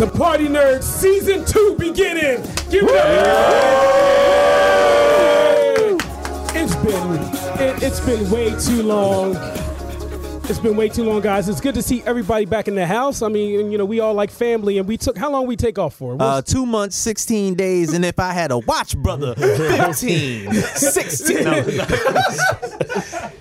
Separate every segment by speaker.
Speaker 1: The Party Nerds Season 2 beginning. Give it up. It's been it, it's been way too long. It's been way too long, guys. It's good to see everybody back in the house. I mean, you know, we all like family, and we took how long we take off for? What's-
Speaker 2: Uh, two months, 16 days, and if I had a watch, brother, 15, 16. No.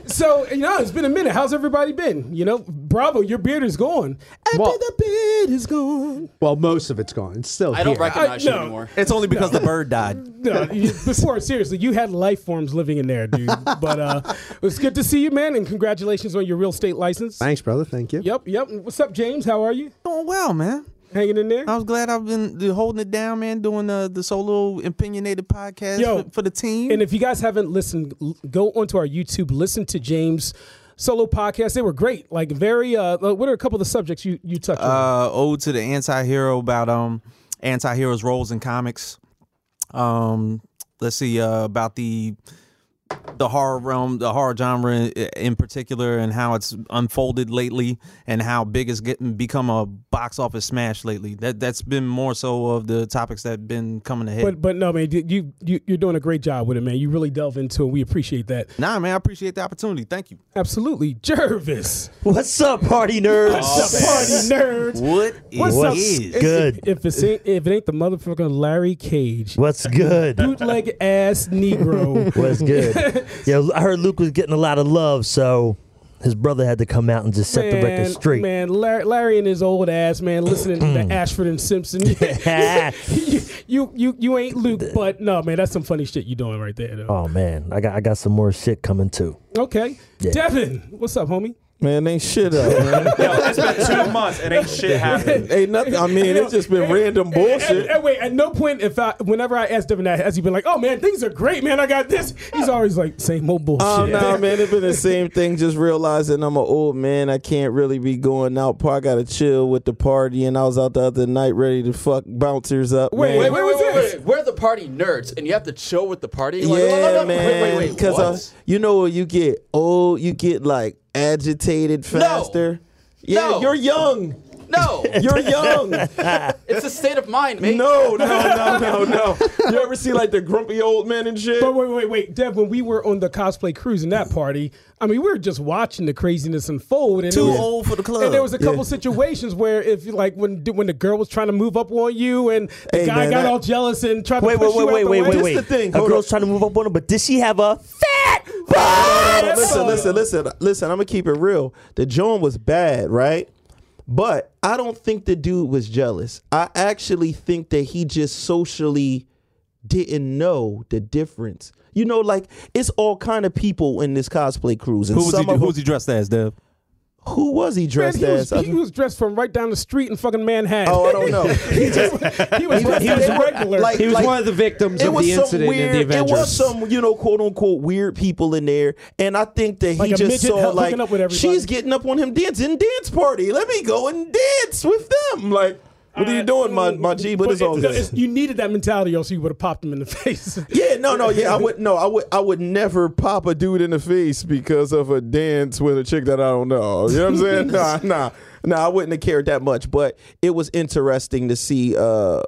Speaker 1: So you know, it's been a minute. How's everybody been? You know, bravo, your beard is gone. After
Speaker 3: Well-
Speaker 1: the beard is gone.
Speaker 3: Well, most of it's gone. It's still
Speaker 4: I don't
Speaker 3: here.
Speaker 4: recognize
Speaker 1: I-
Speaker 4: you
Speaker 1: no.
Speaker 4: anymore.
Speaker 2: It's only because the bird died.
Speaker 1: No, you- before seriously, you had life forms living in there, dude. But uh, it's good to see you, man, and congratulations on your real estate license.
Speaker 3: Thanks, brother. Thank you.
Speaker 1: Yep, yep. What's up, James? How are you?
Speaker 2: Doing well, man.
Speaker 1: Hanging in there?
Speaker 2: I was glad I've been d- holding it down, man, doing uh, the solo opinionated podcast
Speaker 1: Yo.
Speaker 2: for, for the team.
Speaker 1: And if you guys haven't listened, l- go onto our YouTube, listen to James' solo podcast. They were great. Like very. Uh, what are a couple of the subjects you you touched on?
Speaker 2: uh, ode to the anti-hero about um anti-heroes roles in comics. Um, let's see uh, about the the horror realm, the horror genre in, in particular, and how it's unfolded lately, and how big it's getting become a box office smash lately. That that's been more so of the topics that been coming ahead.
Speaker 1: But but no, man, you, you you- you're doing a great job with it, man. You really delve into it. We appreciate that.
Speaker 2: nah, man, I appreciate the opportunity. Thank you.
Speaker 1: Absolutely, Jervis.
Speaker 5: What's up, party nerds?
Speaker 1: the party nerds.
Speaker 2: What
Speaker 1: What's up?
Speaker 5: is
Speaker 1: If-
Speaker 5: good?
Speaker 1: If, it's ain't, if it ain't the motherfucking Larry Cage,
Speaker 5: What's good?
Speaker 1: bootleg ass Negro.
Speaker 5: What's Oh, good? yeah, I heard Luke was getting a lot of love, so his brother had to come out and just set the record straight. Mm.
Speaker 1: man, Larry, Larry and his old ass, man, listening to Ashford and Simpson. you, you, you, you ain't Luke, but no, man, that's some funny shit you doing right there. Though.
Speaker 5: oh man, I got I got some more shit coming too.
Speaker 1: Okay, Devin, what's up, homie?
Speaker 6: Man, ain't shit up, man.
Speaker 4: Yo, it's been two months and ain't shit happened.
Speaker 6: ain't nothing. I mean, it's just been random
Speaker 1: uh, And,
Speaker 6: bullshit.
Speaker 1: and wait, at no point if I, whenever I asked Devin that, has he been like, "Oh man, things are great, man, I got this." He's always like, "Same old bullshit."
Speaker 6: Oh no, man, it's been the same thing. Just realizing I'm an old man. I can't really be going out. Part I gotta chill with the party, and I was out the other night ready to fuck bouncers up.
Speaker 1: Wait, wait,
Speaker 6: man.
Speaker 1: wait, wait.
Speaker 4: We're the party nerds, and you have to chill with the party. Like, no, no,
Speaker 6: Yeah,
Speaker 4: no, Wait,
Speaker 6: man.
Speaker 4: wait, wait.
Speaker 6: Because
Speaker 4: what?
Speaker 6: uh, you know what you get old, you get like agitated faster. Yeah,
Speaker 4: No.
Speaker 6: you're young.
Speaker 4: no,
Speaker 6: You're young.
Speaker 4: it's a state of mind, mate.
Speaker 6: No, no, no, no, no. You ever see like the grumpy old man and shit?
Speaker 1: But wait, wait, wait, Dev. When we were on the cosplay cruise in that party, I mean, we were just watching the craziness unfold. And it
Speaker 2: Too
Speaker 1: was-
Speaker 2: old for the club.
Speaker 1: And there was a couple situations where, if like when when the girl was trying to move up on you, and the
Speaker 6: Hey,
Speaker 1: guy
Speaker 6: man,
Speaker 1: got
Speaker 6: that-
Speaker 1: all jealous and tried
Speaker 5: Wait,
Speaker 1: to push
Speaker 5: wait,
Speaker 1: you
Speaker 5: wait,
Speaker 1: out
Speaker 5: wait,
Speaker 1: the
Speaker 5: wait,
Speaker 1: way.
Speaker 5: wait,
Speaker 6: This
Speaker 5: wait.
Speaker 6: the thing.
Speaker 5: A
Speaker 6: Hold
Speaker 5: girl's trying to move up on him, but did she have a fat butt?
Speaker 6: listen, listen, listen, listen. I'm gonna keep it real. The Joan was bad, right? But I don't think the dude was jealous. I actually think that he just socially didn't know the difference. You know, like it's all kind of people in this cosplay cruise. And
Speaker 2: who was he?
Speaker 6: some of
Speaker 2: Who was
Speaker 6: them-
Speaker 2: he dressed as, Dev?
Speaker 6: who was he
Speaker 1: Man,
Speaker 6: dressed
Speaker 1: he, was,
Speaker 6: as?
Speaker 1: he was dressed from right down the street in fucking Manhattan.
Speaker 6: oh, I don't know.
Speaker 1: he, just, he was dressed
Speaker 5: he
Speaker 1: as
Speaker 5: was-
Speaker 1: a regular.
Speaker 6: like-
Speaker 3: He was one of the victims
Speaker 6: It
Speaker 3: of
Speaker 6: was
Speaker 3: the
Speaker 6: some
Speaker 3: incident
Speaker 6: weird,
Speaker 3: in the Avengers.
Speaker 6: It was some, you know, quote unquote weird people in there, and I think that he
Speaker 1: Like a
Speaker 6: just
Speaker 1: midget
Speaker 6: saw
Speaker 1: hooking
Speaker 6: like
Speaker 1: up with everybody.
Speaker 6: she's getting up on him dancing dance party. Let me go and dance with them. Like, what are you doing, my my G? But, it's all good.
Speaker 1: it's- You needed that mentality, or else you would have popped him in the face.
Speaker 6: yeah, no, no, yeah, I would no, I would I would never pop a dude in the face because of a dance with a chick that I don't know. Oh, You know what I'm saying? nah, nah. Nah, I wouldn't have cared that much, but it was interesting to see uh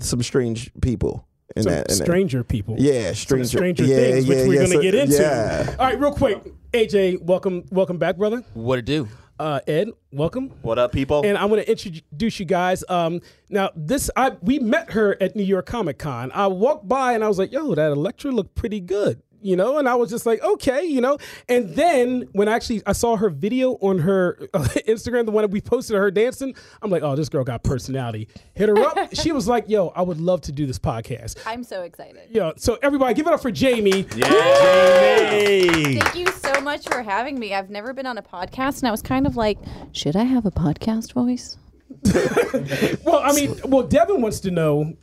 Speaker 6: some strange people in
Speaker 1: Some
Speaker 6: that in that.
Speaker 1: stranger people.
Speaker 6: Yeah, stranger,
Speaker 1: Some stranger
Speaker 6: yeah,
Speaker 1: things,
Speaker 6: yeah,
Speaker 1: which we're
Speaker 6: yeah,
Speaker 1: gonna
Speaker 6: so-
Speaker 1: get into.
Speaker 6: Yeah.
Speaker 1: All right, real quick, AJ, welcome, welcome back, brother.
Speaker 4: What it do?
Speaker 1: Uh, Ed, welcome.
Speaker 4: What up, people?
Speaker 1: And I'm going to introduce you guys. Um, now, this I we met her at New York Comic Con. I walked by and I was like, "Yo, that Electra looked pretty good," you know. And I was just like, "Okay," you know. And then when I actually I saw her video on her uh, Instagram, the one that we posted of her dancing, I'm like, "Oh, this girl got personality." Hit her up. she was like, "Yo, I would love to do this podcast."
Speaker 7: I'm so excited.
Speaker 1: Yo, so everybody, give it up for Jamie.
Speaker 5: Hey.
Speaker 7: Thank you so much for having me. I've never been on a podcast, and I was kind of like, should I have a podcast voice?
Speaker 1: Well, I mean, well, Devin wants to know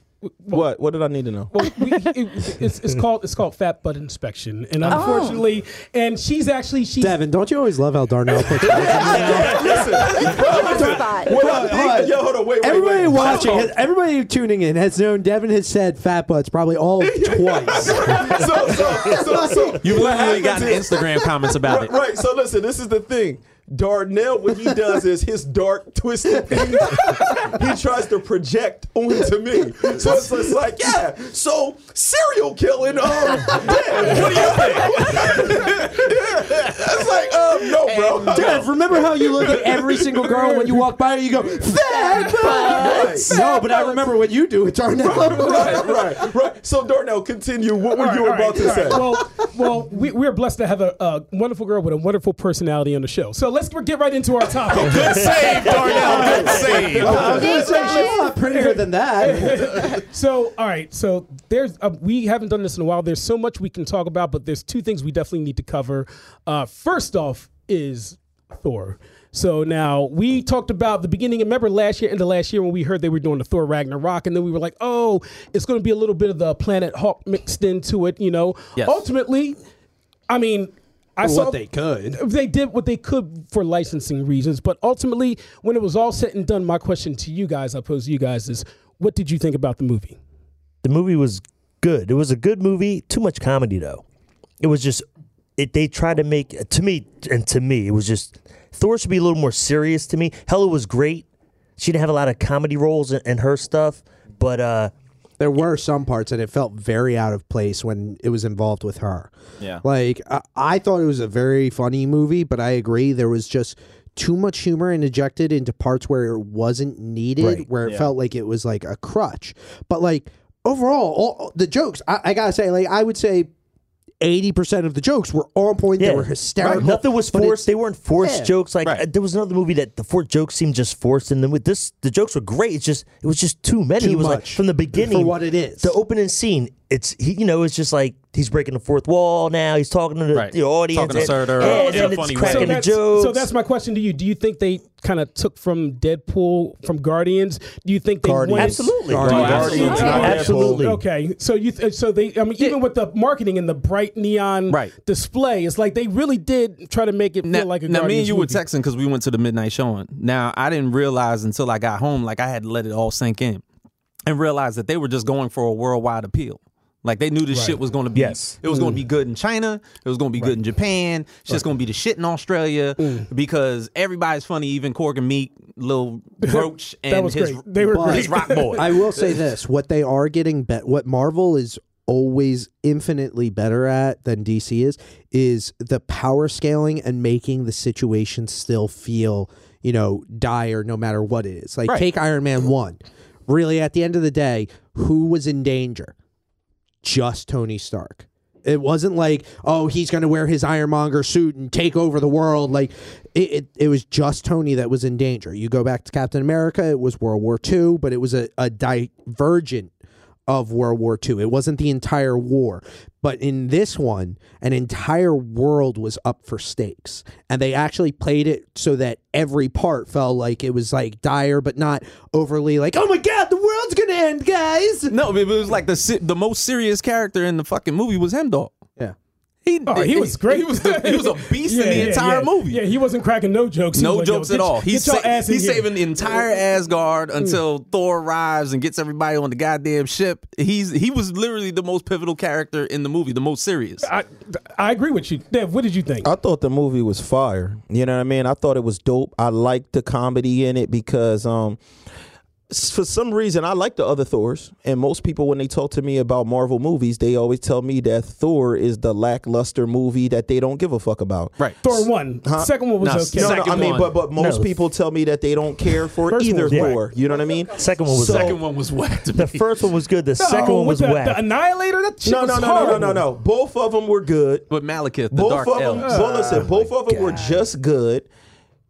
Speaker 6: What? What did I need to know?
Speaker 1: Well, we, it, it's, it's called it's called fat butt inspection, and unfortunately, and she's actually she's
Speaker 3: Devin, don't you always love how Darnell puts
Speaker 6: Uh, Yo, hold on, wait, wait,
Speaker 3: Everybody
Speaker 6: wait.
Speaker 3: watching, has, everybody tuning in has known Devin has said fat butts probably all of twice.
Speaker 6: so, so, so, so
Speaker 2: You've
Speaker 6: what
Speaker 2: literally
Speaker 6: happens
Speaker 2: gotten
Speaker 6: is-
Speaker 2: Instagram comments about
Speaker 6: right,
Speaker 2: it.
Speaker 6: right. So listen, this is the thing. Darnell, what he does is his dark, twisted things he tries to project onto me. So it's just like, yeah. So serial killing, um, yeah. What do you think? it's like, um, no, bro.
Speaker 3: Dev, remember how you look at every single girl when you walk by her, you go fat butts. No, but I remember what you do with Darnell.
Speaker 6: right, right, right. So Darnell, continue. What were
Speaker 1: All right,
Speaker 6: you
Speaker 1: all right,
Speaker 6: about to
Speaker 1: all
Speaker 6: say?
Speaker 1: right. Well, well, we, we're blessed to have a, a wonderful girl with a wonderful personality on the show. So let's get right into our topic.
Speaker 8: Good save, Darnell. Good save.
Speaker 3: I was gonna say she's a lot prettier than that.
Speaker 1: so, all right. So there's uh, we haven't done this in a while. There's so much we can talk about, but there's two things we definitely need to cover. Uh, first off is Thor. So now we talked about the beginning. Remember last year, end of last year, when we heard they were doing the Thor Ragnarok, and then we were like, "Oh, it's going to be a little bit of the Planet Hulk mixed into it," you know.
Speaker 2: Yes.
Speaker 1: Ultimately, I mean, I saw
Speaker 3: could.
Speaker 1: they did what they could for licensing reasons, but ultimately, when it was all said and done, my question to you guys, I pose to you guys, is what did you think about the movie?
Speaker 5: The movie was good. It was a good movie. Too much comedy though. It was just it. They tried to make to me and to me it was just Thor should be a little more serious to me. Hella was great. She didn't have a lot of comedy roles in, in her stuff, but uh,
Speaker 3: There were some parts that it felt very out of place when it was involved with her.
Speaker 2: Yeah.
Speaker 3: Like, I, I thought it was a very funny movie, but I agree. There was just too much humor injected into parts where it wasn't needed, where it felt like it was like a crutch. But, like, overall, all, the jokes, I, I gotta say, like, I would say 80% of the jokes were on point.
Speaker 5: yeah,
Speaker 3: They were hysterical.
Speaker 5: Right, Nothing was
Speaker 3: but it-
Speaker 5: forced. They weren't forced
Speaker 3: Yeah.
Speaker 5: jokes. Like
Speaker 2: Right.
Speaker 5: uh, there was another movie that the four jokes seemed just forced, and then with this, the jokes were great. It's just it was just too many.
Speaker 3: Too
Speaker 5: it was like
Speaker 3: much
Speaker 5: from the beginning
Speaker 3: for what it is.
Speaker 5: The opening scene, it's he, you know, it's just like he's breaking the fourth wall now. He's talking to the,
Speaker 2: Right.
Speaker 5: the audience,
Speaker 2: Talking to
Speaker 5: and-
Speaker 2: Surtur
Speaker 5: yeah,
Speaker 2: in
Speaker 5: and
Speaker 2: a
Speaker 5: then it's
Speaker 2: funny way.
Speaker 5: cracking
Speaker 2: So
Speaker 5: the
Speaker 1: that's,
Speaker 5: jokes.
Speaker 1: so that's my question to you. Do you think they kind of took from Deadpool, from Guardians? Do you think they
Speaker 3: Guardians.
Speaker 1: wanted-
Speaker 5: absolutely,
Speaker 2: Guardians. Guardians.
Speaker 6: Guardians.
Speaker 5: absolutely.
Speaker 1: Okay, so you th- so they I mean even with the marketing and the bright neon
Speaker 2: Right.
Speaker 1: display, it's like they really did try to make it
Speaker 2: Now,
Speaker 1: feel like a
Speaker 2: now
Speaker 1: Guardians
Speaker 2: me and you
Speaker 1: movie.
Speaker 2: were texting because we went to the midnight showing. Now I didn't realize until I got home, like I had to let it all sink in, and realize that they were just going for a worldwide appeal. Like they knew this shit was going to be.
Speaker 5: Yes.
Speaker 2: it was going to
Speaker 1: Mm.
Speaker 2: be good in China. It was going to be good in Japan. It's just going to be the shit in Australia
Speaker 1: Mm.
Speaker 2: because everybody's funny, even Corgan Meek, Lil Roach, and
Speaker 1: was
Speaker 2: his
Speaker 1: great. They were
Speaker 3: But-
Speaker 2: his rock boy.
Speaker 3: I will say this: what they are getting, bet what Marvel is always infinitely better at than DC is, is the power scaling and making the situation still feel, you know, dire no matter what it is. Like take Iron Man one. Really, at the end of the day, who was in danger? Just Tony Stark. It wasn't like, oh, he's going to wear his ironmonger suit and take over the world. Like, it, it, it was just Tony that was in danger. You go back to Captain America, it was World War II, but it was a, a divergent of World War II. It wasn't the entire war. But in this one, an entire world was up for stakes. And they actually played it so that every part felt like it was like dire, but not overly like, oh my God, the world's going to end, guys.
Speaker 2: no, but it was like the si- the most serious character in the fucking movie was Hemdog.
Speaker 3: Yeah.
Speaker 2: He,
Speaker 1: Oh, he was great.
Speaker 2: He was, the, he was a beast in the entire
Speaker 1: yeah.
Speaker 2: movie.
Speaker 1: Yeah, he wasn't cracking no jokes. He
Speaker 2: No
Speaker 1: was like, "Yo,
Speaker 2: jokes
Speaker 1: get
Speaker 2: at all.
Speaker 1: your-
Speaker 2: He's,
Speaker 1: get your
Speaker 2: sa-
Speaker 1: ass in
Speaker 2: he's
Speaker 1: here." Mm.
Speaker 2: saving the entire Asgard until Thor arrives and gets everybody on the goddamn ship. He's he was literally the most pivotal character in the movie, the most serious.
Speaker 1: I, I agree with you, Dev. What did you think?
Speaker 6: I thought the movie was fire. You know what I mean? I thought it was dope. I liked the comedy in it because um s- for some reason I like the other Thors. And most people when they talk to me about Marvel movies, they always tell me that Thor is the lackluster movie that they don't give a fuck about.
Speaker 2: right.
Speaker 1: Thor one,
Speaker 6: Huh?
Speaker 1: second one was
Speaker 2: No,
Speaker 1: okay.
Speaker 6: No, no,
Speaker 2: Second
Speaker 6: I mean,
Speaker 2: one.
Speaker 6: but but most
Speaker 5: No.
Speaker 6: people tell me that they don't care for
Speaker 1: First
Speaker 6: either
Speaker 1: one was
Speaker 6: Thor. You know what I mean?
Speaker 5: Second one was
Speaker 6: So-
Speaker 2: Second one was whack to
Speaker 5: the
Speaker 2: me.
Speaker 5: first one was good. The second
Speaker 1: Oh,
Speaker 5: one
Speaker 1: with
Speaker 5: was
Speaker 1: the,
Speaker 5: whack.
Speaker 1: The Annihilator. That shit
Speaker 6: No,
Speaker 1: was
Speaker 6: no, no, no, no,
Speaker 1: horrible.
Speaker 6: no, no. Both of them were good.
Speaker 2: But Malekith, the
Speaker 6: both
Speaker 2: dark
Speaker 6: of them,
Speaker 2: elf.
Speaker 6: well,
Speaker 1: Oh
Speaker 6: listen, both of them were just good.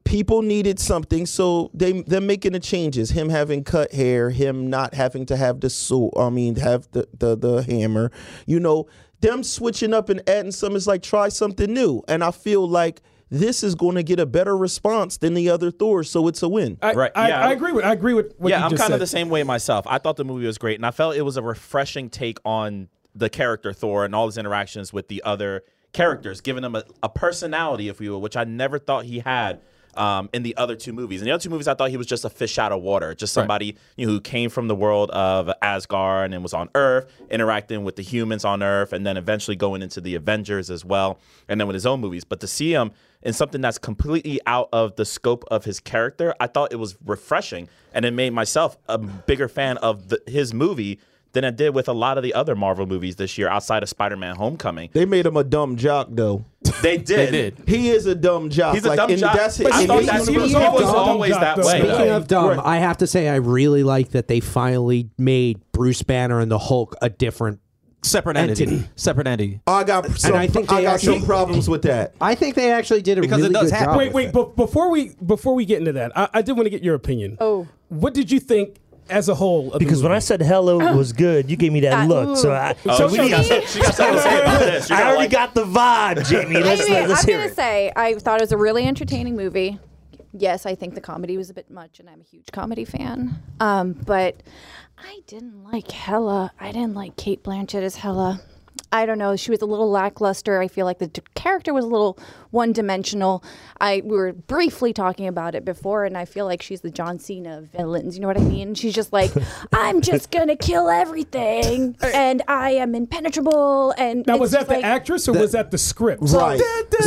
Speaker 6: People needed something, so they they're making the changes. Him having cut hair, him not having to have the sword. I mean, have the the the hammer. You know, them switching up and adding some is like try something new. And I feel like this is going to get a better response than the other Thor, so it's a win.
Speaker 1: I,
Speaker 9: Right,
Speaker 1: I,
Speaker 9: yeah.
Speaker 1: I agree with I agree with what
Speaker 9: yeah,
Speaker 1: you
Speaker 9: I'm
Speaker 1: just
Speaker 9: kind
Speaker 1: said.
Speaker 9: of the same way myself. I thought the movie was great, and I felt it was a refreshing take on the character Thor and all his interactions with the other characters, giving him a, a personality, if you will, which I never thought he had. Um, in the other two movies, in the other two movies, I thought he was just a fish out of water, just somebody you know, who came from the world of Asgard and was on Earth, interacting with the humans on Earth, and then eventually going into the Avengers as well, and then with his own movies. But to see him in something that's completely out of the scope of his character, I thought it was refreshing, and it made myself a bigger fan of the, his movie than I did with a lot of the other Marvel movies this year, outside of Spider-Man: Homecoming.
Speaker 6: They made him a dumb jock though.
Speaker 9: They did.
Speaker 6: He is a dumb jock.
Speaker 9: He's a
Speaker 6: like,
Speaker 9: dumb
Speaker 6: and
Speaker 9: jock.
Speaker 6: That's his,
Speaker 9: But I
Speaker 6: and
Speaker 9: thought
Speaker 6: he-
Speaker 9: that's
Speaker 6: he
Speaker 9: what
Speaker 6: was
Speaker 9: he was
Speaker 6: dumb.
Speaker 9: always that way.
Speaker 1: Speaking
Speaker 3: Speaking
Speaker 9: though.
Speaker 3: of dumb, I have to say I really like that they finally made Bruce Banner and the Hulk a different.
Speaker 10: Separate entity.
Speaker 3: Entity.
Speaker 10: Separate entity.
Speaker 6: I got some, I
Speaker 3: I think they
Speaker 6: got
Speaker 3: actually-
Speaker 6: some problems with that.
Speaker 3: I think they actually did a
Speaker 10: Because it
Speaker 3: really
Speaker 10: does
Speaker 3: good
Speaker 10: happen.
Speaker 3: job.
Speaker 1: wait,
Speaker 3: with
Speaker 1: wait.
Speaker 3: it.
Speaker 1: But before we before we get into that, I, I did want to get your opinion.
Speaker 7: Oh.
Speaker 1: what did you think as a whole? Of
Speaker 5: Because
Speaker 1: the
Speaker 5: when I said hello was good, you gave me that
Speaker 7: Uh-huh. Uh,
Speaker 5: look. So
Speaker 7: ooh.
Speaker 5: I,
Speaker 9: Oh,
Speaker 5: so
Speaker 9: she,
Speaker 5: we need-
Speaker 9: got, some- she got something to say about this. You
Speaker 5: I
Speaker 9: gotta
Speaker 5: already
Speaker 9: like-
Speaker 5: got the vibe, Jamie. Let's,
Speaker 7: Anyway,
Speaker 5: let's
Speaker 7: I'm
Speaker 5: hear
Speaker 7: gonna
Speaker 5: it.
Speaker 7: say I thought it was a really entertaining movie. Yes, I think the comedy was a bit much, and I'm a huge comedy fan. Um, but I didn't like Hella. I didn't like Kate Blanchett as Hella. I don't know. She was a little lackluster. I feel like the d- character was a little one-dimensional. I we were briefly talking about it before, and I feel like she's the John Cena of villains. You know what I mean? She's just like, I'm just gonna kill everything, and I am impenetrable. And
Speaker 1: now
Speaker 7: it's
Speaker 1: was that
Speaker 7: just
Speaker 1: the
Speaker 7: like-
Speaker 1: actress or was that the script?
Speaker 6: Right.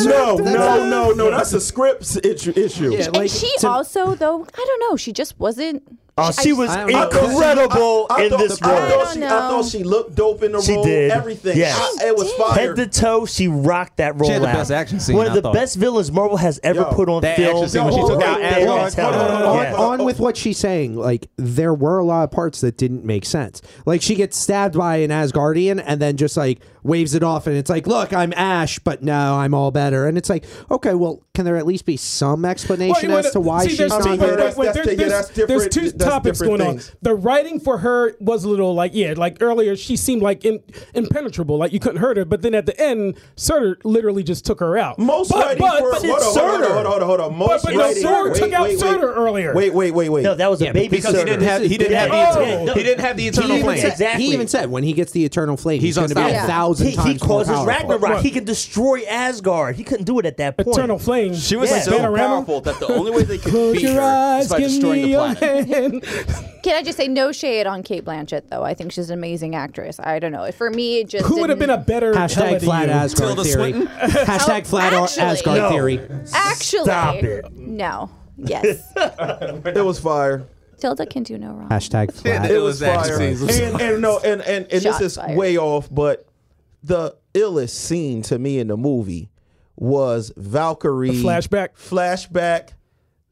Speaker 6: No, no, no, no. That's a scripts issue. issue.
Speaker 3: Yeah,
Speaker 7: and
Speaker 3: like,
Speaker 7: she
Speaker 3: to-
Speaker 7: also though i don't know she just wasn't
Speaker 5: Oh, she was
Speaker 3: I don't know.
Speaker 5: incredible in
Speaker 6: thought
Speaker 5: this
Speaker 6: the- I
Speaker 5: role.
Speaker 6: thought,
Speaker 7: I don't
Speaker 6: she, I
Speaker 7: know.
Speaker 5: Um,
Speaker 6: thought she looked dope in the
Speaker 5: She
Speaker 6: role.
Speaker 5: did.
Speaker 6: Everything.
Speaker 5: Yes.
Speaker 6: I- it was
Speaker 7: She did.
Speaker 6: fire.
Speaker 5: Head to toe, she rocked that role
Speaker 10: She had the
Speaker 5: out.
Speaker 10: best action scene,
Speaker 5: One of
Speaker 10: I
Speaker 5: the
Speaker 10: thought.
Speaker 5: best villains Marvel has ever
Speaker 6: Yo,
Speaker 5: put on
Speaker 10: that
Speaker 5: film.
Speaker 10: action scene when she took
Speaker 5: Right
Speaker 10: out
Speaker 5: there,
Speaker 10: Asgard.
Speaker 5: that's how-
Speaker 10: No, no, no,
Speaker 5: yeah.
Speaker 10: no,
Speaker 3: on, on with what she's saying, like there were a lot of parts that didn't make sense. Like she gets stabbed by an Asgardian and then just like waves it off, and it's like, look, I'm Ash, but no, I'm all better. And it's like, okay, well, can there at least be some explanation
Speaker 1: Well,
Speaker 3: as to why
Speaker 1: see,
Speaker 3: she's
Speaker 1: there's
Speaker 3: not?
Speaker 1: two-
Speaker 6: mean,
Speaker 3: here?
Speaker 1: wait, wait, wait,
Speaker 6: that's-
Speaker 1: there-
Speaker 6: that's- yeah,
Speaker 1: there's-
Speaker 6: that's different-
Speaker 1: There's two
Speaker 6: that's
Speaker 1: topics
Speaker 6: different
Speaker 1: going on.
Speaker 6: things.
Speaker 1: The writing for her was a little like yeah, like earlier she seemed like in, impenetrable, like you couldn't hurt her. But then at the end, Surtur literally just took her out.
Speaker 6: Most
Speaker 1: but,
Speaker 6: writing
Speaker 1: but,
Speaker 6: for
Speaker 1: but
Speaker 6: hold
Speaker 1: it's
Speaker 6: on, hold on,
Speaker 1: Surtur.
Speaker 6: hold on, hold on, hold on. Most
Speaker 1: but no,
Speaker 6: writing-
Speaker 1: Surtur
Speaker 6: wait,
Speaker 1: took out
Speaker 6: wait, wait.
Speaker 1: Surtur earlier.
Speaker 6: Wait, wait, wait, wait.
Speaker 5: No, that was a baby
Speaker 10: Because he didn't
Speaker 5: Surtur.
Speaker 10: have he didn't have the
Speaker 5: Yeah.
Speaker 10: eternal,
Speaker 5: Yeah, no.
Speaker 10: he didn't have the eternal
Speaker 3: He even,
Speaker 10: flame.
Speaker 3: said,
Speaker 5: Exactly.
Speaker 3: he even said when he gets the eternal flame, he's,
Speaker 10: He's
Speaker 3: going to be a
Speaker 10: unstoppable.
Speaker 3: thousand
Speaker 5: He,
Speaker 3: times
Speaker 5: he causes
Speaker 3: more powerful.
Speaker 5: Ragnarok. He can destroy Asgard. He couldn't do it at that point.
Speaker 1: Eternal Flame.
Speaker 9: She was
Speaker 5: Yeah.
Speaker 9: so
Speaker 1: Panorama?
Speaker 9: powerful that the only way they could
Speaker 1: Close
Speaker 9: beat
Speaker 1: your
Speaker 9: her
Speaker 1: eyes,
Speaker 9: is by
Speaker 1: give
Speaker 9: destroying
Speaker 1: me
Speaker 9: the
Speaker 1: your
Speaker 9: planet.
Speaker 1: hand.
Speaker 7: can i just say no shade on kate blanchett though i think she's an amazing actress i don't know It- for me it just
Speaker 1: Who would have been a better Hella
Speaker 3: Hashtag
Speaker 1: to
Speaker 3: flat
Speaker 1: you?
Speaker 3: Asgard
Speaker 10: Tilda
Speaker 3: theory.
Speaker 10: Swinton?
Speaker 3: Hashtag flat
Speaker 7: Oh,
Speaker 3: Ar-
Speaker 7: actually.
Speaker 3: Asgard
Speaker 5: No.
Speaker 3: theory.
Speaker 7: actually
Speaker 5: Stop it.
Speaker 7: no yes
Speaker 6: It was fire.
Speaker 7: tilda can do no wrong
Speaker 3: Hashtag flat.
Speaker 10: It was action scenes.
Speaker 6: And, and no, and and, and this
Speaker 7: Shots
Speaker 6: is
Speaker 7: fired.
Speaker 6: way off, but the illest scene to me in the movie was Valkyrie
Speaker 1: The flashback?
Speaker 6: Flashback.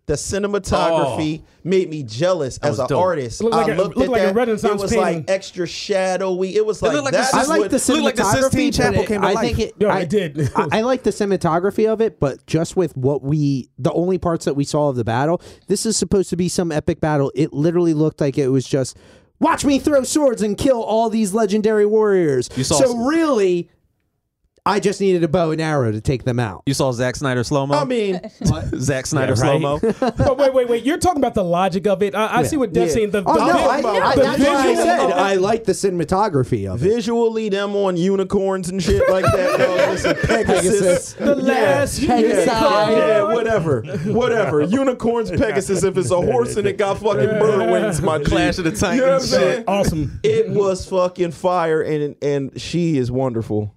Speaker 6: The cinematography made me jealous as an
Speaker 10: dope.
Speaker 6: artist.
Speaker 1: It looked like
Speaker 6: I
Speaker 1: a-
Speaker 6: looked
Speaker 1: looked
Speaker 6: at
Speaker 1: like a
Speaker 6: that.
Speaker 1: Renaissance
Speaker 6: it was
Speaker 1: painting.
Speaker 6: like extra shadowy. It was like,
Speaker 10: looked like
Speaker 6: that
Speaker 10: the-
Speaker 6: is
Speaker 10: I
Speaker 3: I like
Speaker 6: what-
Speaker 3: the
Speaker 10: Looked like the
Speaker 3: cinematography.
Speaker 10: Sistine
Speaker 3: but
Speaker 10: Chapel
Speaker 3: it-
Speaker 10: came to
Speaker 3: I
Speaker 10: life.
Speaker 3: think it.
Speaker 1: Yo,
Speaker 3: I,
Speaker 1: it did.
Speaker 3: I, I like the cinematography of it, but just with what we, the only parts that we saw of the battle, this is supposed to be some epic battle. It literally looked like it was just watch me throw swords and kill all these legendary warriors.
Speaker 10: You saw-
Speaker 3: so really, I just needed a bow and arrow to take them out.
Speaker 10: You saw Zack Snyder slow mo.
Speaker 6: I mean,
Speaker 10: Zack Snyder slow mo.
Speaker 1: but wait, wait, wait. You're talking about the logic of it. I, I see what Dev's saying. The,
Speaker 3: Oh
Speaker 1: the
Speaker 3: no!
Speaker 1: vi-
Speaker 3: I, I,
Speaker 1: the
Speaker 3: that's why I
Speaker 1: visual
Speaker 3: said
Speaker 1: of it.
Speaker 3: I like the cinematography of it.
Speaker 6: visually, them on unicorns and shit like that. dog. It's a Pegasus.
Speaker 1: the last
Speaker 3: Yeah.
Speaker 1: year.
Speaker 3: Yeah.
Speaker 6: Yeah, whatever, whatever. Unicorns, Pegasus. If it's a horse and it got fucking bird wings, my G.
Speaker 10: Clash of the
Speaker 6: You know what I'm
Speaker 10: Titans.
Speaker 6: saying?
Speaker 10: shit.
Speaker 1: Awesome.
Speaker 6: It was fucking fire, and and she is wonderful.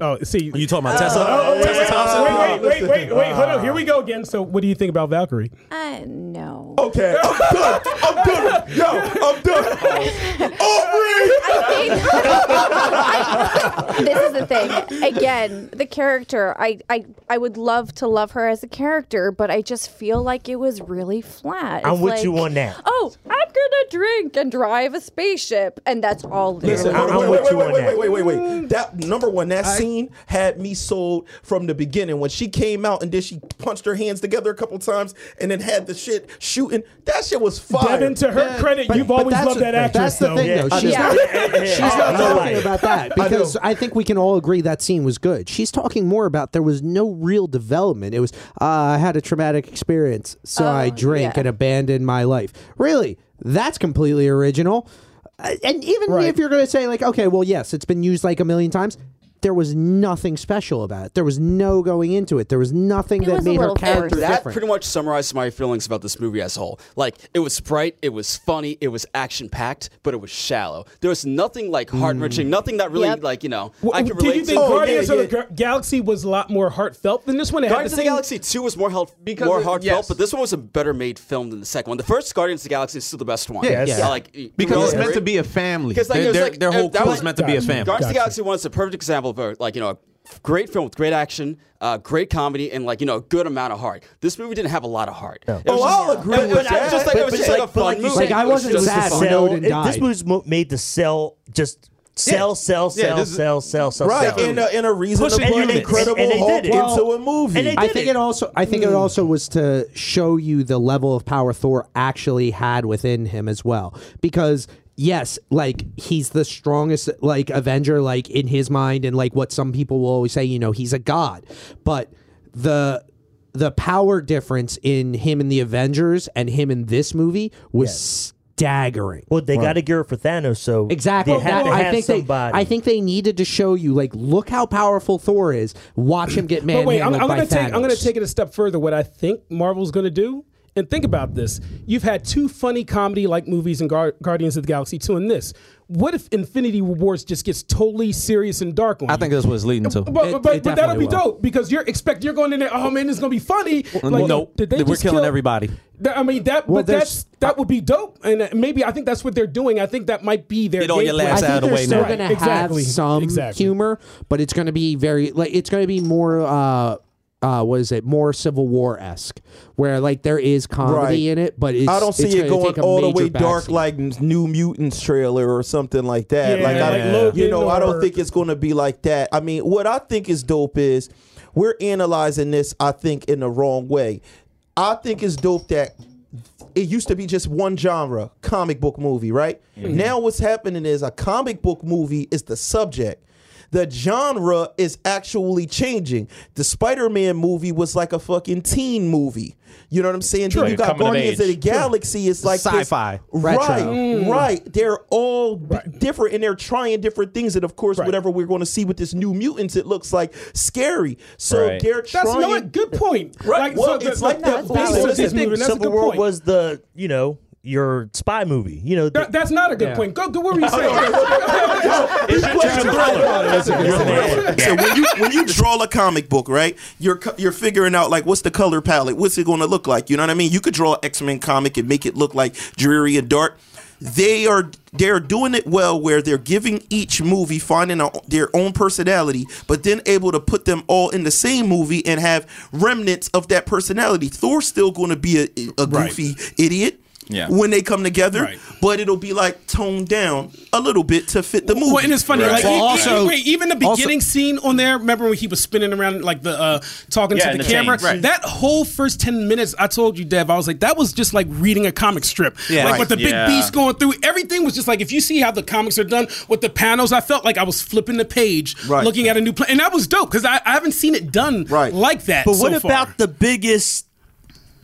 Speaker 1: Oh, see, Oh,
Speaker 10: You talking about Tessa?
Speaker 1: Wait,
Speaker 10: Tessa Thompson?
Speaker 1: wait, wait, wait, wait, wait. Hold on. Here we go again. So, what do you think about Valkyrie?
Speaker 7: uh, no
Speaker 6: Okay, I'm done. I'm done. Yo, I'm done. Aubrey.
Speaker 7: I think- this is the thing. Again, the character. I, I I would love to love her as a character, but I just feel like it was really flat.
Speaker 5: I'm
Speaker 7: It's
Speaker 5: with
Speaker 7: like,
Speaker 5: you on that.
Speaker 7: Oh, I'm gonna drink and drive a spaceship, and that's all.
Speaker 6: Listen,
Speaker 7: literally.
Speaker 5: I'm-
Speaker 6: wait, wait,
Speaker 5: I'm with
Speaker 6: wait,
Speaker 5: you
Speaker 6: wait,
Speaker 5: on
Speaker 6: wait,
Speaker 5: that.
Speaker 6: wait, wait, wait, wait. That number one, that scene had me sold from the beginning. When she came out and then she punched her hands together a couple times and then had the shit shooting. That shit was fire.
Speaker 1: Devin, to her
Speaker 6: Man,
Speaker 1: credit,
Speaker 6: but-
Speaker 1: you've
Speaker 6: but
Speaker 1: always
Speaker 6: that's
Speaker 1: loved
Speaker 6: a-
Speaker 1: that actress,
Speaker 3: That's the
Speaker 1: though.
Speaker 3: thing,
Speaker 5: Yeah,
Speaker 3: though.
Speaker 5: I
Speaker 3: She's
Speaker 5: do.
Speaker 3: not, she's not
Speaker 5: I know
Speaker 3: talking
Speaker 5: why.
Speaker 3: about that
Speaker 6: I do.
Speaker 3: because I, think we can all agree that scene was good. She's talking more about there was no real development. It was uh, I had a traumatic experience, so I
Speaker 11: Oh,
Speaker 3: drank
Speaker 11: yeah.
Speaker 3: and abandoned my life. Really, that's completely original. Uh, And even
Speaker 1: Right.
Speaker 3: if you're going to say like, okay, well, yes, it's been used like a million times. There was nothing special about it. There was no going into it. There was nothing
Speaker 11: It
Speaker 3: that
Speaker 11: was a
Speaker 3: made her
Speaker 11: little
Speaker 3: character
Speaker 11: forced.
Speaker 3: different.
Speaker 4: That pretty much summarized my feelings about this movie as a whole. Like, it was bright, it was funny, it was action packed, but it was shallow. There was nothing like heart
Speaker 9: Mm.
Speaker 4: wrenching, nothing that really,
Speaker 11: Yep.
Speaker 4: like, you know,
Speaker 1: W-
Speaker 4: I can
Speaker 1: Do
Speaker 4: relate
Speaker 1: you think
Speaker 4: to.
Speaker 6: Oh,
Speaker 1: Guardians
Speaker 6: yeah,
Speaker 1: of the Ga- Galaxy was a lot more heartfelt than this one? It had
Speaker 4: Guardians
Speaker 1: the
Speaker 4: of the
Speaker 1: same-
Speaker 4: Galaxy 2 was more, held,
Speaker 12: Because
Speaker 4: more
Speaker 12: it-
Speaker 4: heartfelt,
Speaker 12: yes.
Speaker 4: but this one was a better made film than the second one. The first Guardians of the Galaxy is still the best one.
Speaker 3: Yes. yeah.
Speaker 4: Like, you
Speaker 2: because
Speaker 4: all
Speaker 2: it's meant
Speaker 4: agree?
Speaker 2: to be a family.
Speaker 4: Because, like,
Speaker 2: Their-
Speaker 4: it was
Speaker 2: their,
Speaker 4: like- uh,
Speaker 2: their whole
Speaker 4: that
Speaker 2: crew
Speaker 4: was-
Speaker 2: is meant to be a
Speaker 1: Gotcha.
Speaker 2: family.
Speaker 4: Guardians of
Speaker 1: Gotcha.
Speaker 4: the Galaxy One is a perfect example of a, like you know a great film with great action, uh, great comedy, and like you know a good amount of heart. This movie didn't have a lot of heart. It was
Speaker 6: Oh,
Speaker 4: just-
Speaker 6: I'll agree
Speaker 4: it was
Speaker 6: with
Speaker 4: just- it was just like it was
Speaker 5: But-
Speaker 4: just
Speaker 5: but
Speaker 4: like
Speaker 5: like-
Speaker 4: a
Speaker 5: but
Speaker 4: fun
Speaker 5: like you
Speaker 4: movie.
Speaker 5: said, Like, I
Speaker 4: It was
Speaker 3: wasn't
Speaker 4: just a
Speaker 3: sad.
Speaker 4: fun-
Speaker 3: Fine.
Speaker 5: Sell,
Speaker 3: Snowden
Speaker 5: it- this
Speaker 3: died.
Speaker 5: was mo- made to sell, just sell, sell, sell,
Speaker 2: this is-
Speaker 5: sell, sell, sell,
Speaker 6: Right,
Speaker 5: sell.
Speaker 6: in a, in a reasonable,
Speaker 5: Pushing
Speaker 6: and
Speaker 5: units.
Speaker 6: incredible
Speaker 5: And they
Speaker 6: Hulk
Speaker 5: did it.
Speaker 6: into a movie. Mm.
Speaker 5: And they
Speaker 3: I
Speaker 5: did
Speaker 3: think
Speaker 5: it.
Speaker 3: it also. I think it also was to show you the level of power Thor actually had within him as well, because. Yes, like he's the strongest like Avenger like in his mind and like what some people will always say, you know, he's a god. But the the power difference in him in the Avengers and him in this movie was staggering.
Speaker 5: Well, they got to gear it for Thanos, so
Speaker 3: Exactly.
Speaker 5: They had
Speaker 3: That-
Speaker 5: to have
Speaker 3: I think
Speaker 5: somebody.
Speaker 3: they I think they needed to show you like look how powerful Thor is. Watch him get
Speaker 1: But
Speaker 3: manhandled
Speaker 1: wait, I'm, I'm
Speaker 3: by
Speaker 1: gonna take I'm gonna
Speaker 3: Thanos.
Speaker 1: take it a step further. What I think Marvel's gonna do, and think about this: you've had two funny comedy like movies in Gar- Guardians of the Galaxy two, and this. What if Infinity Wars just gets totally serious and dark? On
Speaker 2: I think
Speaker 1: you?
Speaker 2: that's what it's leading to.
Speaker 1: But,
Speaker 3: It-
Speaker 1: but,
Speaker 3: it
Speaker 1: but that'll
Speaker 3: definitely
Speaker 1: be
Speaker 3: will.
Speaker 1: dope because you're expect you're going in there. Oh man, it's gonna be funny. Like,
Speaker 2: nope,
Speaker 1: did they
Speaker 2: we're
Speaker 1: just
Speaker 2: killing
Speaker 1: kill-
Speaker 2: everybody.
Speaker 1: That- I mean that,
Speaker 3: Well,
Speaker 1: but
Speaker 3: there's-
Speaker 1: that's that would be dope, and uh, maybe I think that's what they're doing. I think that might be their.
Speaker 2: Get all your
Speaker 1: game plan.
Speaker 2: laughs
Speaker 3: I
Speaker 2: out
Speaker 3: think
Speaker 2: of the
Speaker 3: they're
Speaker 2: way
Speaker 3: still
Speaker 2: now.
Speaker 3: going to
Speaker 1: Exactly.
Speaker 3: have some
Speaker 1: Exactly.
Speaker 3: humor, but it's going to be very like it's going to be more. Uh, uh, what is it? More Civil War esque, where like there is comedy
Speaker 6: Right.
Speaker 3: in it, but it's,
Speaker 6: I don't see
Speaker 3: it's
Speaker 6: it
Speaker 3: gonna
Speaker 6: going
Speaker 3: take a
Speaker 6: all the way
Speaker 3: major
Speaker 6: dark
Speaker 3: backseat.
Speaker 6: like New Mutants trailer or something like that.
Speaker 1: Yeah,
Speaker 6: like, I,
Speaker 1: like Logan
Speaker 6: you know, I
Speaker 1: or-
Speaker 6: don't think it's going to be like that. I mean, what I think is dope is we're analyzing this. I think in the wrong way. I think it's dope that it used to be just one genre, comic book movie, right? Now what's happening is a comic book movie is the subject. The genre is actually changing. The Spider-Man movie was like a fucking teen movie. You know what I'm saying? Then you
Speaker 9: Like
Speaker 6: got
Speaker 9: coming of
Speaker 6: Guardians of
Speaker 9: age.
Speaker 6: the Galaxy. It's like this-
Speaker 2: Sci-fi.
Speaker 6: Right,
Speaker 3: Retro.
Speaker 1: Mm.
Speaker 6: right. They're all b- different, and they're trying different things. And of course,
Speaker 1: Right.
Speaker 6: whatever we're going to see with this New Mutants, it looks like scary. So
Speaker 9: Right.
Speaker 6: they're
Speaker 1: That's
Speaker 6: trying.
Speaker 1: you know what? Good point.
Speaker 6: Right. Well, it's like
Speaker 1: basis
Speaker 6: that Listen,
Speaker 1: of this
Speaker 6: listen,
Speaker 1: movie, that's a
Speaker 5: Civil
Speaker 1: good
Speaker 5: War
Speaker 1: point.
Speaker 5: was the you know your spy movie. You know,
Speaker 1: That-
Speaker 5: the,
Speaker 1: that's not a good point. Go, go. What were you saying?
Speaker 9: It's your turn, brother.
Speaker 8: So when you when you draw a comic book, right? You're co- you're figuring out like what's the color palette, what's it going to look like. You know what I mean? You could draw an X Men comic and make it look like dreary and dark. They are they're doing it well where they're giving each movie finding a, their own personality, but then able to put them all in the same movie and have remnants of that personality. Thor's still going to be a, a goofy idiot.
Speaker 9: Yeah.
Speaker 8: When they come together,
Speaker 9: Right.
Speaker 8: but it'll be like toned down a little bit to fit the movie.
Speaker 1: Well, and it's funny. Like
Speaker 8: Right.
Speaker 2: Well,
Speaker 1: e- e-
Speaker 2: also-
Speaker 1: wait, even the
Speaker 2: also-
Speaker 1: beginning scene on there. Remember when he was spinning around like the uh, talking
Speaker 9: Yeah,
Speaker 1: to
Speaker 9: in
Speaker 1: the,
Speaker 9: the
Speaker 1: camera?
Speaker 9: tank, right.
Speaker 1: That whole first ten minutes, I told you, Dev. I was like, that was just like reading a comic strip.
Speaker 2: Yeah.
Speaker 1: like
Speaker 2: Right.
Speaker 1: with the big
Speaker 9: Yeah.
Speaker 1: beast going through. Everything was just like if you see how the comics are done with the panels. I felt like I was flipping the page,
Speaker 2: Right.
Speaker 1: looking at a new plan, and that was dope because I, I haven't seen it done
Speaker 8: Right.
Speaker 1: like that.
Speaker 5: But
Speaker 1: so
Speaker 5: what
Speaker 1: far.
Speaker 5: about the biggest,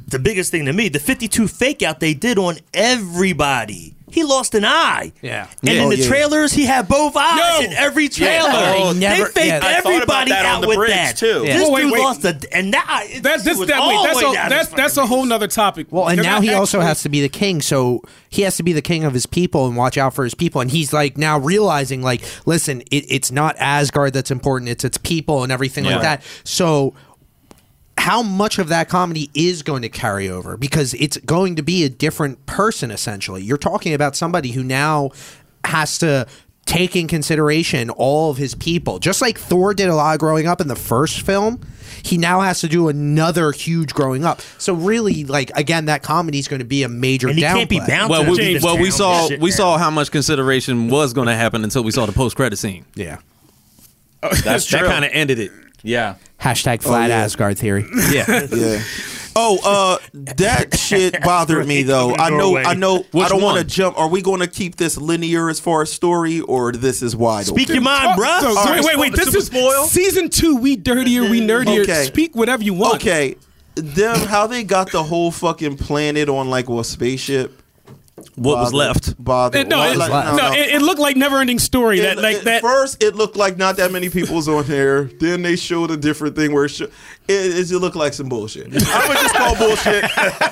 Speaker 5: the biggest thing to me? The fifty-two fake out they did on everybody. He lost an eye.
Speaker 1: Yeah.
Speaker 5: And
Speaker 8: Yeah.
Speaker 5: in
Speaker 8: Oh,
Speaker 5: the
Speaker 8: yeah.
Speaker 5: trailers, he had both eyes
Speaker 1: Yo!
Speaker 5: in every trailer.
Speaker 2: Oh,
Speaker 5: they
Speaker 2: never-
Speaker 5: faked
Speaker 2: yeah.
Speaker 9: I thought about
Speaker 5: everybody
Speaker 9: that on
Speaker 5: out
Speaker 9: the
Speaker 5: with
Speaker 9: bridge,
Speaker 5: that.
Speaker 9: too.
Speaker 5: This
Speaker 1: Well, wait,
Speaker 5: dude
Speaker 1: wait.
Speaker 5: lost a and that. it
Speaker 1: That's this
Speaker 5: was
Speaker 1: that
Speaker 5: all
Speaker 1: wait,
Speaker 5: the
Speaker 1: that's
Speaker 5: way
Speaker 1: a,
Speaker 5: down
Speaker 1: that's
Speaker 5: his
Speaker 1: that's a
Speaker 5: fucking
Speaker 1: whole
Speaker 5: face.
Speaker 1: nother topic.
Speaker 13: Well, and
Speaker 1: Because
Speaker 13: now
Speaker 1: I
Speaker 13: he also
Speaker 1: actually-
Speaker 13: has to be the king, so he has to be the king of his people and watch out for his people. And he's like now realizing, like, listen, it, it's not Asgard that's important; it's its people and everything
Speaker 9: Yeah.
Speaker 13: like that. So, how much of that comedy is going to carry over? Because it's going to be a different person essentially. You're talking about somebody who now has to. Take in consideration all of his people, just like Thor did a lot growing up in the first film, he now has to do another huge growing up. So really, like again, that comedy is going to be a major.
Speaker 5: And he
Speaker 13: downplay.
Speaker 5: can't be bouncing.
Speaker 2: Well,
Speaker 5: around
Speaker 2: we,
Speaker 5: this
Speaker 2: well,
Speaker 5: town
Speaker 2: we
Speaker 5: and
Speaker 2: saw
Speaker 5: shit
Speaker 2: we
Speaker 5: now.
Speaker 2: saw how much consideration was going to happen until we saw the post credit scene.
Speaker 13: Yeah.
Speaker 9: That's
Speaker 2: That
Speaker 9: true.
Speaker 2: kind of ended it.
Speaker 9: Yeah.
Speaker 13: Hashtag flat Asgard theory.
Speaker 2: Oh, Yeah.
Speaker 8: Yeah.
Speaker 6: Oh, uh, that shit bothered me though. I know, I know. I don't want to jump. Are we going to keep this linear as far as story, or this is wide?
Speaker 1: Speak
Speaker 6: open?
Speaker 1: your mind, bruh. So- so wait, wait, wait, this
Speaker 6: Super
Speaker 1: is season two. We dirtier, we nerdier. Speak whatever you want.
Speaker 6: Okay, them how they got the whole fucking planet on like well spaceship.
Speaker 2: What was
Speaker 6: bothered-
Speaker 2: left?
Speaker 6: Bothered.
Speaker 1: It- no,
Speaker 6: Like,
Speaker 1: it,
Speaker 6: like,
Speaker 1: no, It, it looked like never-ending story.
Speaker 6: It-
Speaker 1: that like
Speaker 6: it-
Speaker 1: that.
Speaker 6: First, it looked like not that many people was on there. Then they showed a different thing where it, sho- it, it just looked like some bullshit. I'm gonna just call bullshit.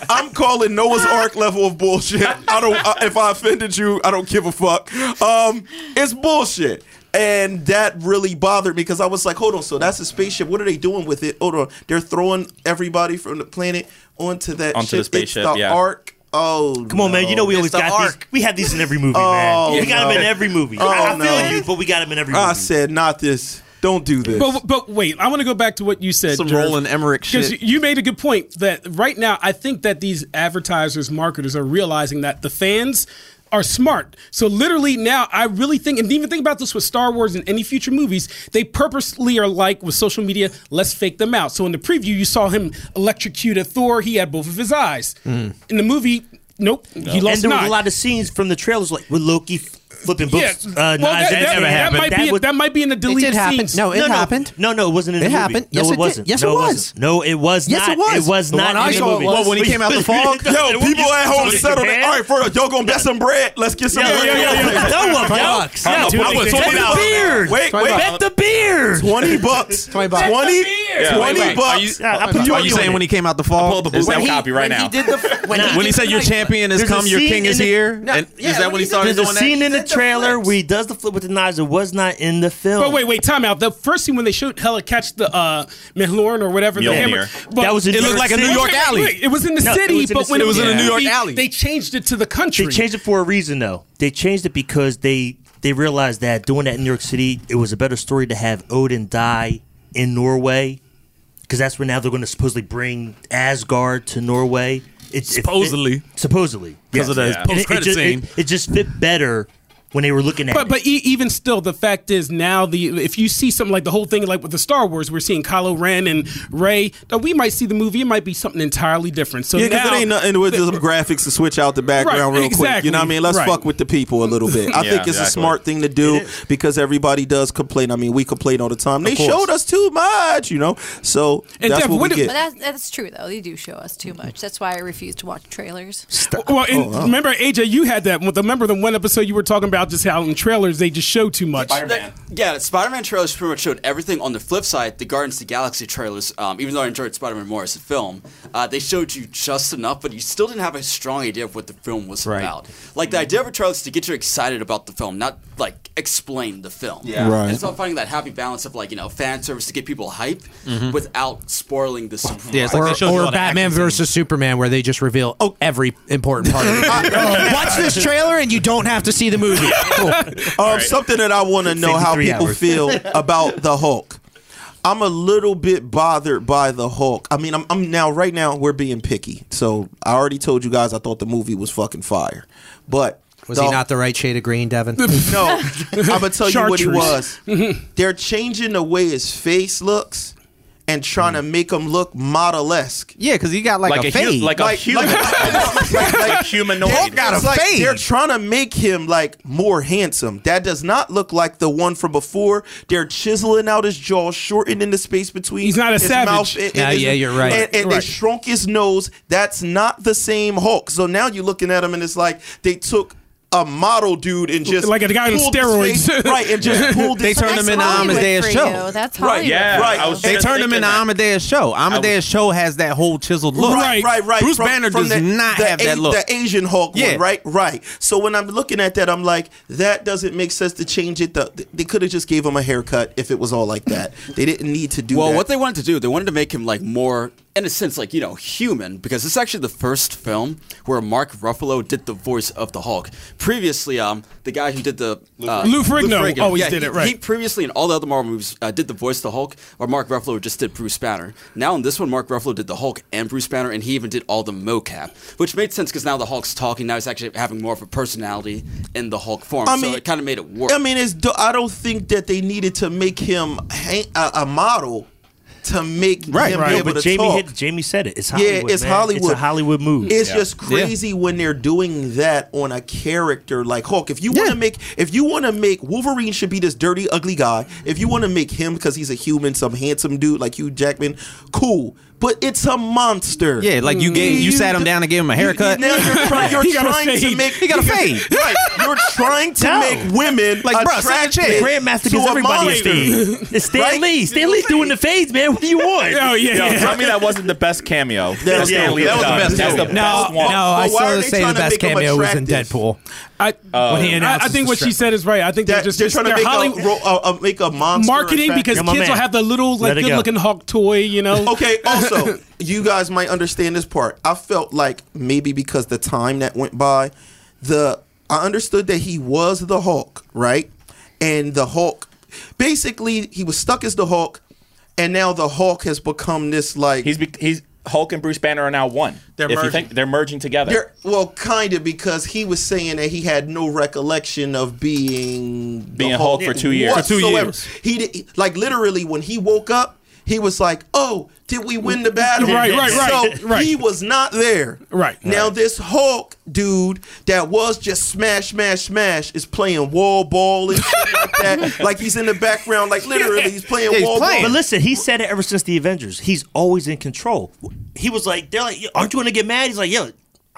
Speaker 6: I'm calling Noah's Ark level of bullshit. I don't. I, if I offended you, I don't give a fuck. Um, it's bullshit. And that really bothered me because I was like, hold on, so that's a spaceship. What are they doing with it? Hold on. They're throwing everybody from the planet onto that
Speaker 9: Onto the
Speaker 6: ship. It's
Speaker 9: spaceship,
Speaker 6: the
Speaker 9: yeah.
Speaker 6: Ark. Oh,
Speaker 5: Come on, man. You know we
Speaker 6: no.
Speaker 5: always got these. We have these in every movie,
Speaker 6: Oh,
Speaker 5: man. We got them
Speaker 6: no.
Speaker 5: in every movie.
Speaker 6: Oh,
Speaker 5: I, I
Speaker 6: no. Uh,
Speaker 5: feel you, but we got them in every movie.
Speaker 6: I said, not this. Don't do this.
Speaker 1: But, but wait, I want to go back to what you said.
Speaker 2: Some
Speaker 1: Jerv,
Speaker 2: Roland Emmerich
Speaker 1: 'cause
Speaker 2: shit.
Speaker 1: You you made a good point that right now I think that these advertisers, marketers are realizing that the fans are smart. So literally now I really think and even think about this with Star Wars and any future movies, they purposely are like with social media, let's fake them out. So in the preview you saw him electrocute a Thor, he had both of his eyes.
Speaker 3: Mm.
Speaker 1: In the movie, nope, he lost
Speaker 5: and there
Speaker 1: an
Speaker 5: were
Speaker 1: eye.
Speaker 5: a lot of scenes from the trailers, like with Loki f- flipping books.
Speaker 1: Yeah,
Speaker 5: Uh,
Speaker 1: well,
Speaker 5: knives.
Speaker 1: that- that- that
Speaker 5: happened.
Speaker 1: might be-
Speaker 5: was-
Speaker 1: that might be in the deleted
Speaker 3: happen.
Speaker 1: scenes.
Speaker 3: No, it
Speaker 5: no, no.
Speaker 3: happened.
Speaker 5: No, no, it wasn't in the
Speaker 3: It
Speaker 5: movie.
Speaker 3: happened. Yes,
Speaker 5: no,
Speaker 3: it
Speaker 5: it,
Speaker 3: did.
Speaker 5: wasn't.
Speaker 3: Yes,
Speaker 5: no,
Speaker 3: it was.
Speaker 5: wasn't. No, it was
Speaker 3: Yes,
Speaker 5: not.
Speaker 3: it was.
Speaker 5: It was
Speaker 3: The
Speaker 5: not.
Speaker 3: one I
Speaker 5: in the
Speaker 3: saw
Speaker 5: movie.
Speaker 3: was.
Speaker 2: Well, when he came out the fog.
Speaker 6: Yo, people at home settle it.
Speaker 5: Japan?
Speaker 6: All right, Frodo, y'all gonna buy some bread. Let's get some
Speaker 5: Yeah,
Speaker 6: bread.
Speaker 5: yeah, yeah, yeah. No one bucks.
Speaker 2: I'm
Speaker 5: No,
Speaker 2: a-
Speaker 5: dude,
Speaker 2: I'm a
Speaker 5: bet
Speaker 2: twenty
Speaker 5: the
Speaker 2: dollar-
Speaker 5: beard.
Speaker 6: Wait, wait.
Speaker 5: bet the beard.
Speaker 6: 20 bucks. 20
Speaker 3: bucks.
Speaker 6: 20,
Speaker 9: Yeah. Wait, wait,
Speaker 6: bucks.
Speaker 9: are you-
Speaker 5: Yeah, I put
Speaker 2: Are
Speaker 5: you
Speaker 2: you saying when he came out the
Speaker 9: Pull
Speaker 2: fall?
Speaker 9: the blue
Speaker 2: Is that-
Speaker 9: copy right now.
Speaker 2: when he said your champion is
Speaker 5: There's a
Speaker 2: come, your
Speaker 5: scene
Speaker 2: king
Speaker 5: in
Speaker 2: is
Speaker 5: the-
Speaker 2: here? and
Speaker 3: yeah,
Speaker 2: is that
Speaker 3: when he
Speaker 2: when he
Speaker 3: did-
Speaker 2: started
Speaker 5: There's a
Speaker 2: doing
Speaker 5: scene
Speaker 2: that?
Speaker 5: in the trailer where he does the flip with the knives. It was not in the film.
Speaker 1: But wait, wait, time out. The first scene when they showed Hella catch the uh Mihlorin or whatever the
Speaker 9: Mjolnir.
Speaker 1: hammer, but-
Speaker 5: That was in It New looked York like a City. New York
Speaker 1: Wait, wait,
Speaker 2: alley.
Speaker 1: wait, It was in the
Speaker 5: No, it
Speaker 1: city,
Speaker 5: was in
Speaker 1: but
Speaker 5: the city.
Speaker 1: when it
Speaker 5: It
Speaker 1: was
Speaker 5: was
Speaker 1: in
Speaker 5: in a
Speaker 1: the
Speaker 2: New York
Speaker 1: movie,
Speaker 2: alley.
Speaker 1: They changed it to the
Speaker 5: They
Speaker 1: country.
Speaker 5: changed it for a reason, though. They changed it because they they realized that doing that in New York City, it was a better story to have Odin die in Norway, because that's where now they're going to supposedly bring Asgard to Norway. It's it fit-
Speaker 2: Supposedly.
Speaker 5: supposedly,
Speaker 2: Because of the
Speaker 5: And it- it
Speaker 2: post-credit
Speaker 5: ju-
Speaker 2: scene.
Speaker 5: It, it just fit better when they were looking at.
Speaker 1: But
Speaker 5: it.
Speaker 1: but e- even still, the fact is now the if you see something like the whole thing like with the Star Wars, we're seeing Kylo Ren and Ray. Now we might see the movie; it might be something entirely different. So
Speaker 6: Yeah, because
Speaker 1: now
Speaker 6: it ain't nothing with some graphics to switch out the background
Speaker 1: Right,
Speaker 6: real quick. You know what
Speaker 1: exactly,
Speaker 6: I mean? Let's
Speaker 1: right.
Speaker 6: fuck with the people a little bit. I
Speaker 9: Yeah,
Speaker 6: think it's a
Speaker 9: exactly.
Speaker 6: smart thing to do because everybody does complain. I mean, we complain all the time. They
Speaker 2: course.
Speaker 6: showed us too much, you know? So
Speaker 1: And
Speaker 6: that's
Speaker 1: Dev,
Speaker 6: what
Speaker 1: what
Speaker 6: we
Speaker 1: do-
Speaker 6: get.
Speaker 1: But
Speaker 7: But that's, that's true, though. They do show us too much. That's why I refuse to watch trailers.
Speaker 1: Well, and
Speaker 5: oh,
Speaker 1: remember AJ, you had that. with- Remember the one episode you were talking about just how in trailers they just show too much.
Speaker 4: That- yeah, the Spider-Man trailers pretty much showed everything. On the flip side, the Guardians of the Galaxy trailers, um, even though I enjoyed Spider-Man more as a film, uh, they showed you just enough, but you still didn't have a strong idea of what the film was about. Like the idea of a trailer is to get you excited about the film, not like explain the film. Yeah,
Speaker 6: Right.
Speaker 4: It's about finding that happy balance of like you know fan service to get people hype without spoiling the surprise.
Speaker 2: Mm-hmm. Yeah, it's like
Speaker 3: Or,
Speaker 2: they showed you all
Speaker 3: or
Speaker 2: the
Speaker 3: Batman
Speaker 2: action scenes.
Speaker 3: versus Superman, where they just reveal oh every important part. of the movie. Watch this trailer, and you don't have to see the movie. Cool.
Speaker 6: Um, Something that I want to know
Speaker 5: me
Speaker 6: how
Speaker 5: three
Speaker 6: people
Speaker 5: hours.
Speaker 6: feel about the Hulk. I'm a little bit bothered by the Hulk. I mean, I'm, I'm now right now we're being picky. So I already told you guys I thought the movie was fucking fire, but
Speaker 3: Was he not the right shade of green, Devin?
Speaker 6: No, I'm gonna tell you what he was.
Speaker 1: Chartreuse.
Speaker 6: They're changing the way his face looks and trying to make him look model esque.
Speaker 2: Yeah, because he got like,
Speaker 9: Like a
Speaker 2: a
Speaker 9: hu-
Speaker 2: fade.
Speaker 9: like a human. Like humanoid.
Speaker 6: Hulk
Speaker 9: Got a
Speaker 6: it's like
Speaker 2: fade.
Speaker 6: They're trying to make him like more handsome. That does not look like the one from before. They're chiseling out his jaw, shortening the space between.
Speaker 1: He's not a
Speaker 6: his
Speaker 1: savage.
Speaker 6: Mouth and, and
Speaker 3: Yeah,
Speaker 6: his-
Speaker 3: yeah, you're right.
Speaker 6: And, and they
Speaker 1: Right.
Speaker 6: shrunk his nose. That's not the same Hulk. So now you're looking at him, and it's like they took. A model dude and just
Speaker 1: Like a guy on
Speaker 6: pulled his
Speaker 1: steroids.
Speaker 6: face- right? And just pulled.
Speaker 2: They
Speaker 6: his
Speaker 2: turned
Speaker 6: face
Speaker 2: him into
Speaker 6: out.
Speaker 7: Hollywood
Speaker 2: Amadeus
Speaker 7: for
Speaker 2: Cho.
Speaker 7: you. That's
Speaker 6: Right,
Speaker 7: Hollywood.
Speaker 9: Yeah,
Speaker 6: Right.
Speaker 9: I was
Speaker 2: They
Speaker 9: just
Speaker 2: turned him
Speaker 9: thinking
Speaker 2: into
Speaker 9: that.
Speaker 2: Amadeus Show. Amadeus Show has that whole chiseled look.
Speaker 1: Right.
Speaker 6: right, right.
Speaker 2: Bruce
Speaker 6: From-
Speaker 2: Banner
Speaker 6: from
Speaker 2: does
Speaker 6: the-
Speaker 2: not
Speaker 6: the
Speaker 2: have that
Speaker 6: A-
Speaker 2: look.
Speaker 6: The Asian Hulk
Speaker 2: Yeah.
Speaker 6: one, right, right. So when I'm looking at that, I'm like, that doesn't make sense to change it. The, they could have just gave him a haircut if it was all like that. They didn't need to do
Speaker 4: Well,
Speaker 6: that.
Speaker 4: what they wanted to do, they wanted to make him like more, in a sense, like you know, human, because this is actually the first film where Mark Ruffalo did the voice of the Hulk. Previously, um, the guy who did the uh,
Speaker 1: Lou Ferrigno always
Speaker 4: yeah,
Speaker 1: did it,
Speaker 4: he-
Speaker 1: right.
Speaker 4: He previously in all the other Marvel movies uh, did the voice of the Hulk, or Mark Ruffalo just did Bruce Banner. Now in this one, Mark Ruffalo did the Hulk and Bruce Banner, and he even did all the mocap, which made sense because now the Hulk's talking. Now he's actually having more of a personality in the Hulk form.
Speaker 6: I
Speaker 4: so
Speaker 6: mean-
Speaker 4: it kind of made it work.
Speaker 6: I mean, it's. do- I don't think that they needed to make him ha- a, a model to make them be
Speaker 5: No,
Speaker 6: able
Speaker 5: but
Speaker 6: to
Speaker 5: Jamie
Speaker 6: talk.
Speaker 5: hit- Jamie said it. It's Hollywood.
Speaker 6: Yeah, it's
Speaker 5: man.
Speaker 6: Hollywood.
Speaker 5: It's a Hollywood move.
Speaker 6: It's just crazy when they're doing that on a character like Hulk. If you want to make, if you want to make Wolverine should be this dirty, ugly guy. If you want to make him because he's a human, some handsome dude like Hugh Jackman, cool. But it's a monster.
Speaker 2: Yeah, like you gave you sat him down and gave him a haircut.
Speaker 6: Now you're, try- you're
Speaker 2: He got a
Speaker 6: trying to
Speaker 2: fade.
Speaker 6: make
Speaker 2: He got a fade.
Speaker 6: Right, you're trying to
Speaker 5: No.
Speaker 6: make women
Speaker 2: Like,
Speaker 6: like
Speaker 2: bruh, sit in a
Speaker 6: attracted
Speaker 2: chair.
Speaker 5: Grandmaster
Speaker 6: to
Speaker 5: gives
Speaker 6: a
Speaker 5: everybody a
Speaker 6: monster.
Speaker 5: fade. It's Stan
Speaker 6: Right?
Speaker 5: Lee. Stan Lee's doing the fades, man. What do you want?
Speaker 1: Oh yeah,
Speaker 9: Yo,
Speaker 1: yeah.
Speaker 9: tell me that wasn't the best cameo.
Speaker 6: That was-
Speaker 9: Stan Lee has
Speaker 6: that was the
Speaker 9: done.
Speaker 6: best
Speaker 9: That's the
Speaker 6: cameo.
Speaker 9: best
Speaker 6: No,
Speaker 9: one.
Speaker 3: No, I
Speaker 6: But why are
Speaker 3: still
Speaker 6: they
Speaker 3: say
Speaker 6: trying
Speaker 3: the
Speaker 6: to
Speaker 3: best
Speaker 6: make 'em
Speaker 3: cameo was in
Speaker 6: attractive?
Speaker 3: Deadpool.
Speaker 1: I,
Speaker 3: when he
Speaker 1: Uh, I,
Speaker 3: announces
Speaker 1: I think what she
Speaker 3: strike.
Speaker 1: said is right. I think they're
Speaker 6: That,
Speaker 1: just
Speaker 6: they're trying to
Speaker 1: they're
Speaker 6: make
Speaker 1: Hollywood
Speaker 6: a, ro- a, a make a monster
Speaker 1: marketing
Speaker 6: attractive.
Speaker 1: because
Speaker 5: Yeah,
Speaker 1: kids
Speaker 5: my
Speaker 1: will
Speaker 5: man.
Speaker 1: have the little like
Speaker 5: Let it go.
Speaker 1: good looking hawk toy. You know.
Speaker 6: Okay, also, you guys might understand this part. I felt like maybe because the time that went by, the I understood that he was the Hulk, right? And the Hulk basically he was stuck as the Hulk and now the Hulk has become this like
Speaker 9: He's be- he's Hulk and Bruce Banner are now one.
Speaker 6: They're
Speaker 9: if
Speaker 6: merging.
Speaker 9: You think they're merging together.
Speaker 6: They're- well, kind of because he was saying that he had no recollection of being the
Speaker 9: Being Hulk for two years. For two
Speaker 6: whatsoever.
Speaker 9: years.
Speaker 6: He did, like literally when he woke up, he was like, "Oh, did we win the battle?"
Speaker 1: Right, right, right,
Speaker 6: So
Speaker 1: right.
Speaker 6: he was not there.
Speaker 1: Right.
Speaker 6: now, this Hulk dude that was just smash, smash, smash is playing wall ball and shit like that. Like he's in the background, like literally he's playing
Speaker 2: he's
Speaker 6: wall
Speaker 2: playing.
Speaker 6: ball.
Speaker 5: But listen, he said it ever since the Avengers. He's always in control. He was like, they're like, "Yo, aren't you going to get mad? He's like, yo,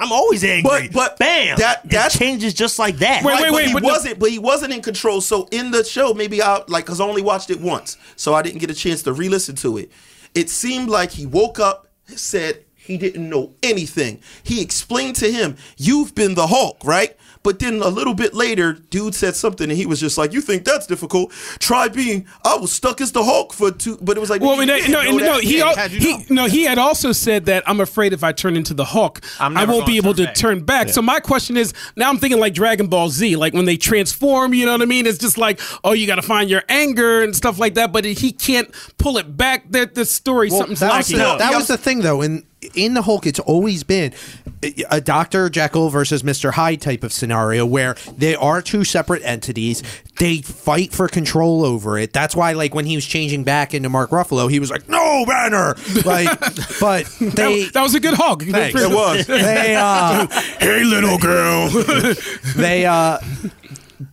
Speaker 5: I'm always angry.
Speaker 6: But- but
Speaker 5: bam,
Speaker 6: that-
Speaker 5: that
Speaker 6: that's-
Speaker 5: changes just like that.
Speaker 1: Wait,
Speaker 6: Right,
Speaker 1: wait,
Speaker 6: but
Speaker 1: wait,
Speaker 6: he
Speaker 1: but the-
Speaker 6: wasn't. But he wasn't in control. So in the show, maybe I like because I only watched it once, so I didn't get a chance to re-listen to it. It seemed like he woke up, said he didn't know anything. He explained to him, "You've been the Hulk, right?" But then a little bit later, dude said something, and he was just like, "You think that's difficult? Try being. I was stuck as the Hulk for two. But it was like,
Speaker 1: Well,
Speaker 6: you
Speaker 1: and that,
Speaker 6: didn't
Speaker 1: no,
Speaker 6: know
Speaker 1: and
Speaker 6: that.
Speaker 1: no, he,
Speaker 6: Yeah,
Speaker 1: al-
Speaker 6: how'd you
Speaker 1: he
Speaker 6: know?
Speaker 1: no, he had also said that I'm afraid if I turn into the Hulk,
Speaker 2: I'm
Speaker 1: I
Speaker 2: never
Speaker 1: won't be
Speaker 2: gonna
Speaker 1: able
Speaker 2: turn
Speaker 1: to
Speaker 2: back."
Speaker 1: turn back. So my question is, now I'm thinking like Dragon Ball Z, like when they transform, you know what I mean? It's just like, oh, you got to find your anger and stuff like that, but he can't pull it back. That the story, something's
Speaker 3: that was,
Speaker 1: lacking.
Speaker 3: the, that was the thing though in in the hulk it's always been a dr jekyll versus mr hyde type of scenario where they are two separate entities they fight for control over it that's why like when he was changing back into mark ruffalo he was like no banner like but they
Speaker 1: that, that was a good Hulk.
Speaker 3: Thanks. It
Speaker 6: was.
Speaker 3: they uh
Speaker 1: hey, little girl.
Speaker 3: they uh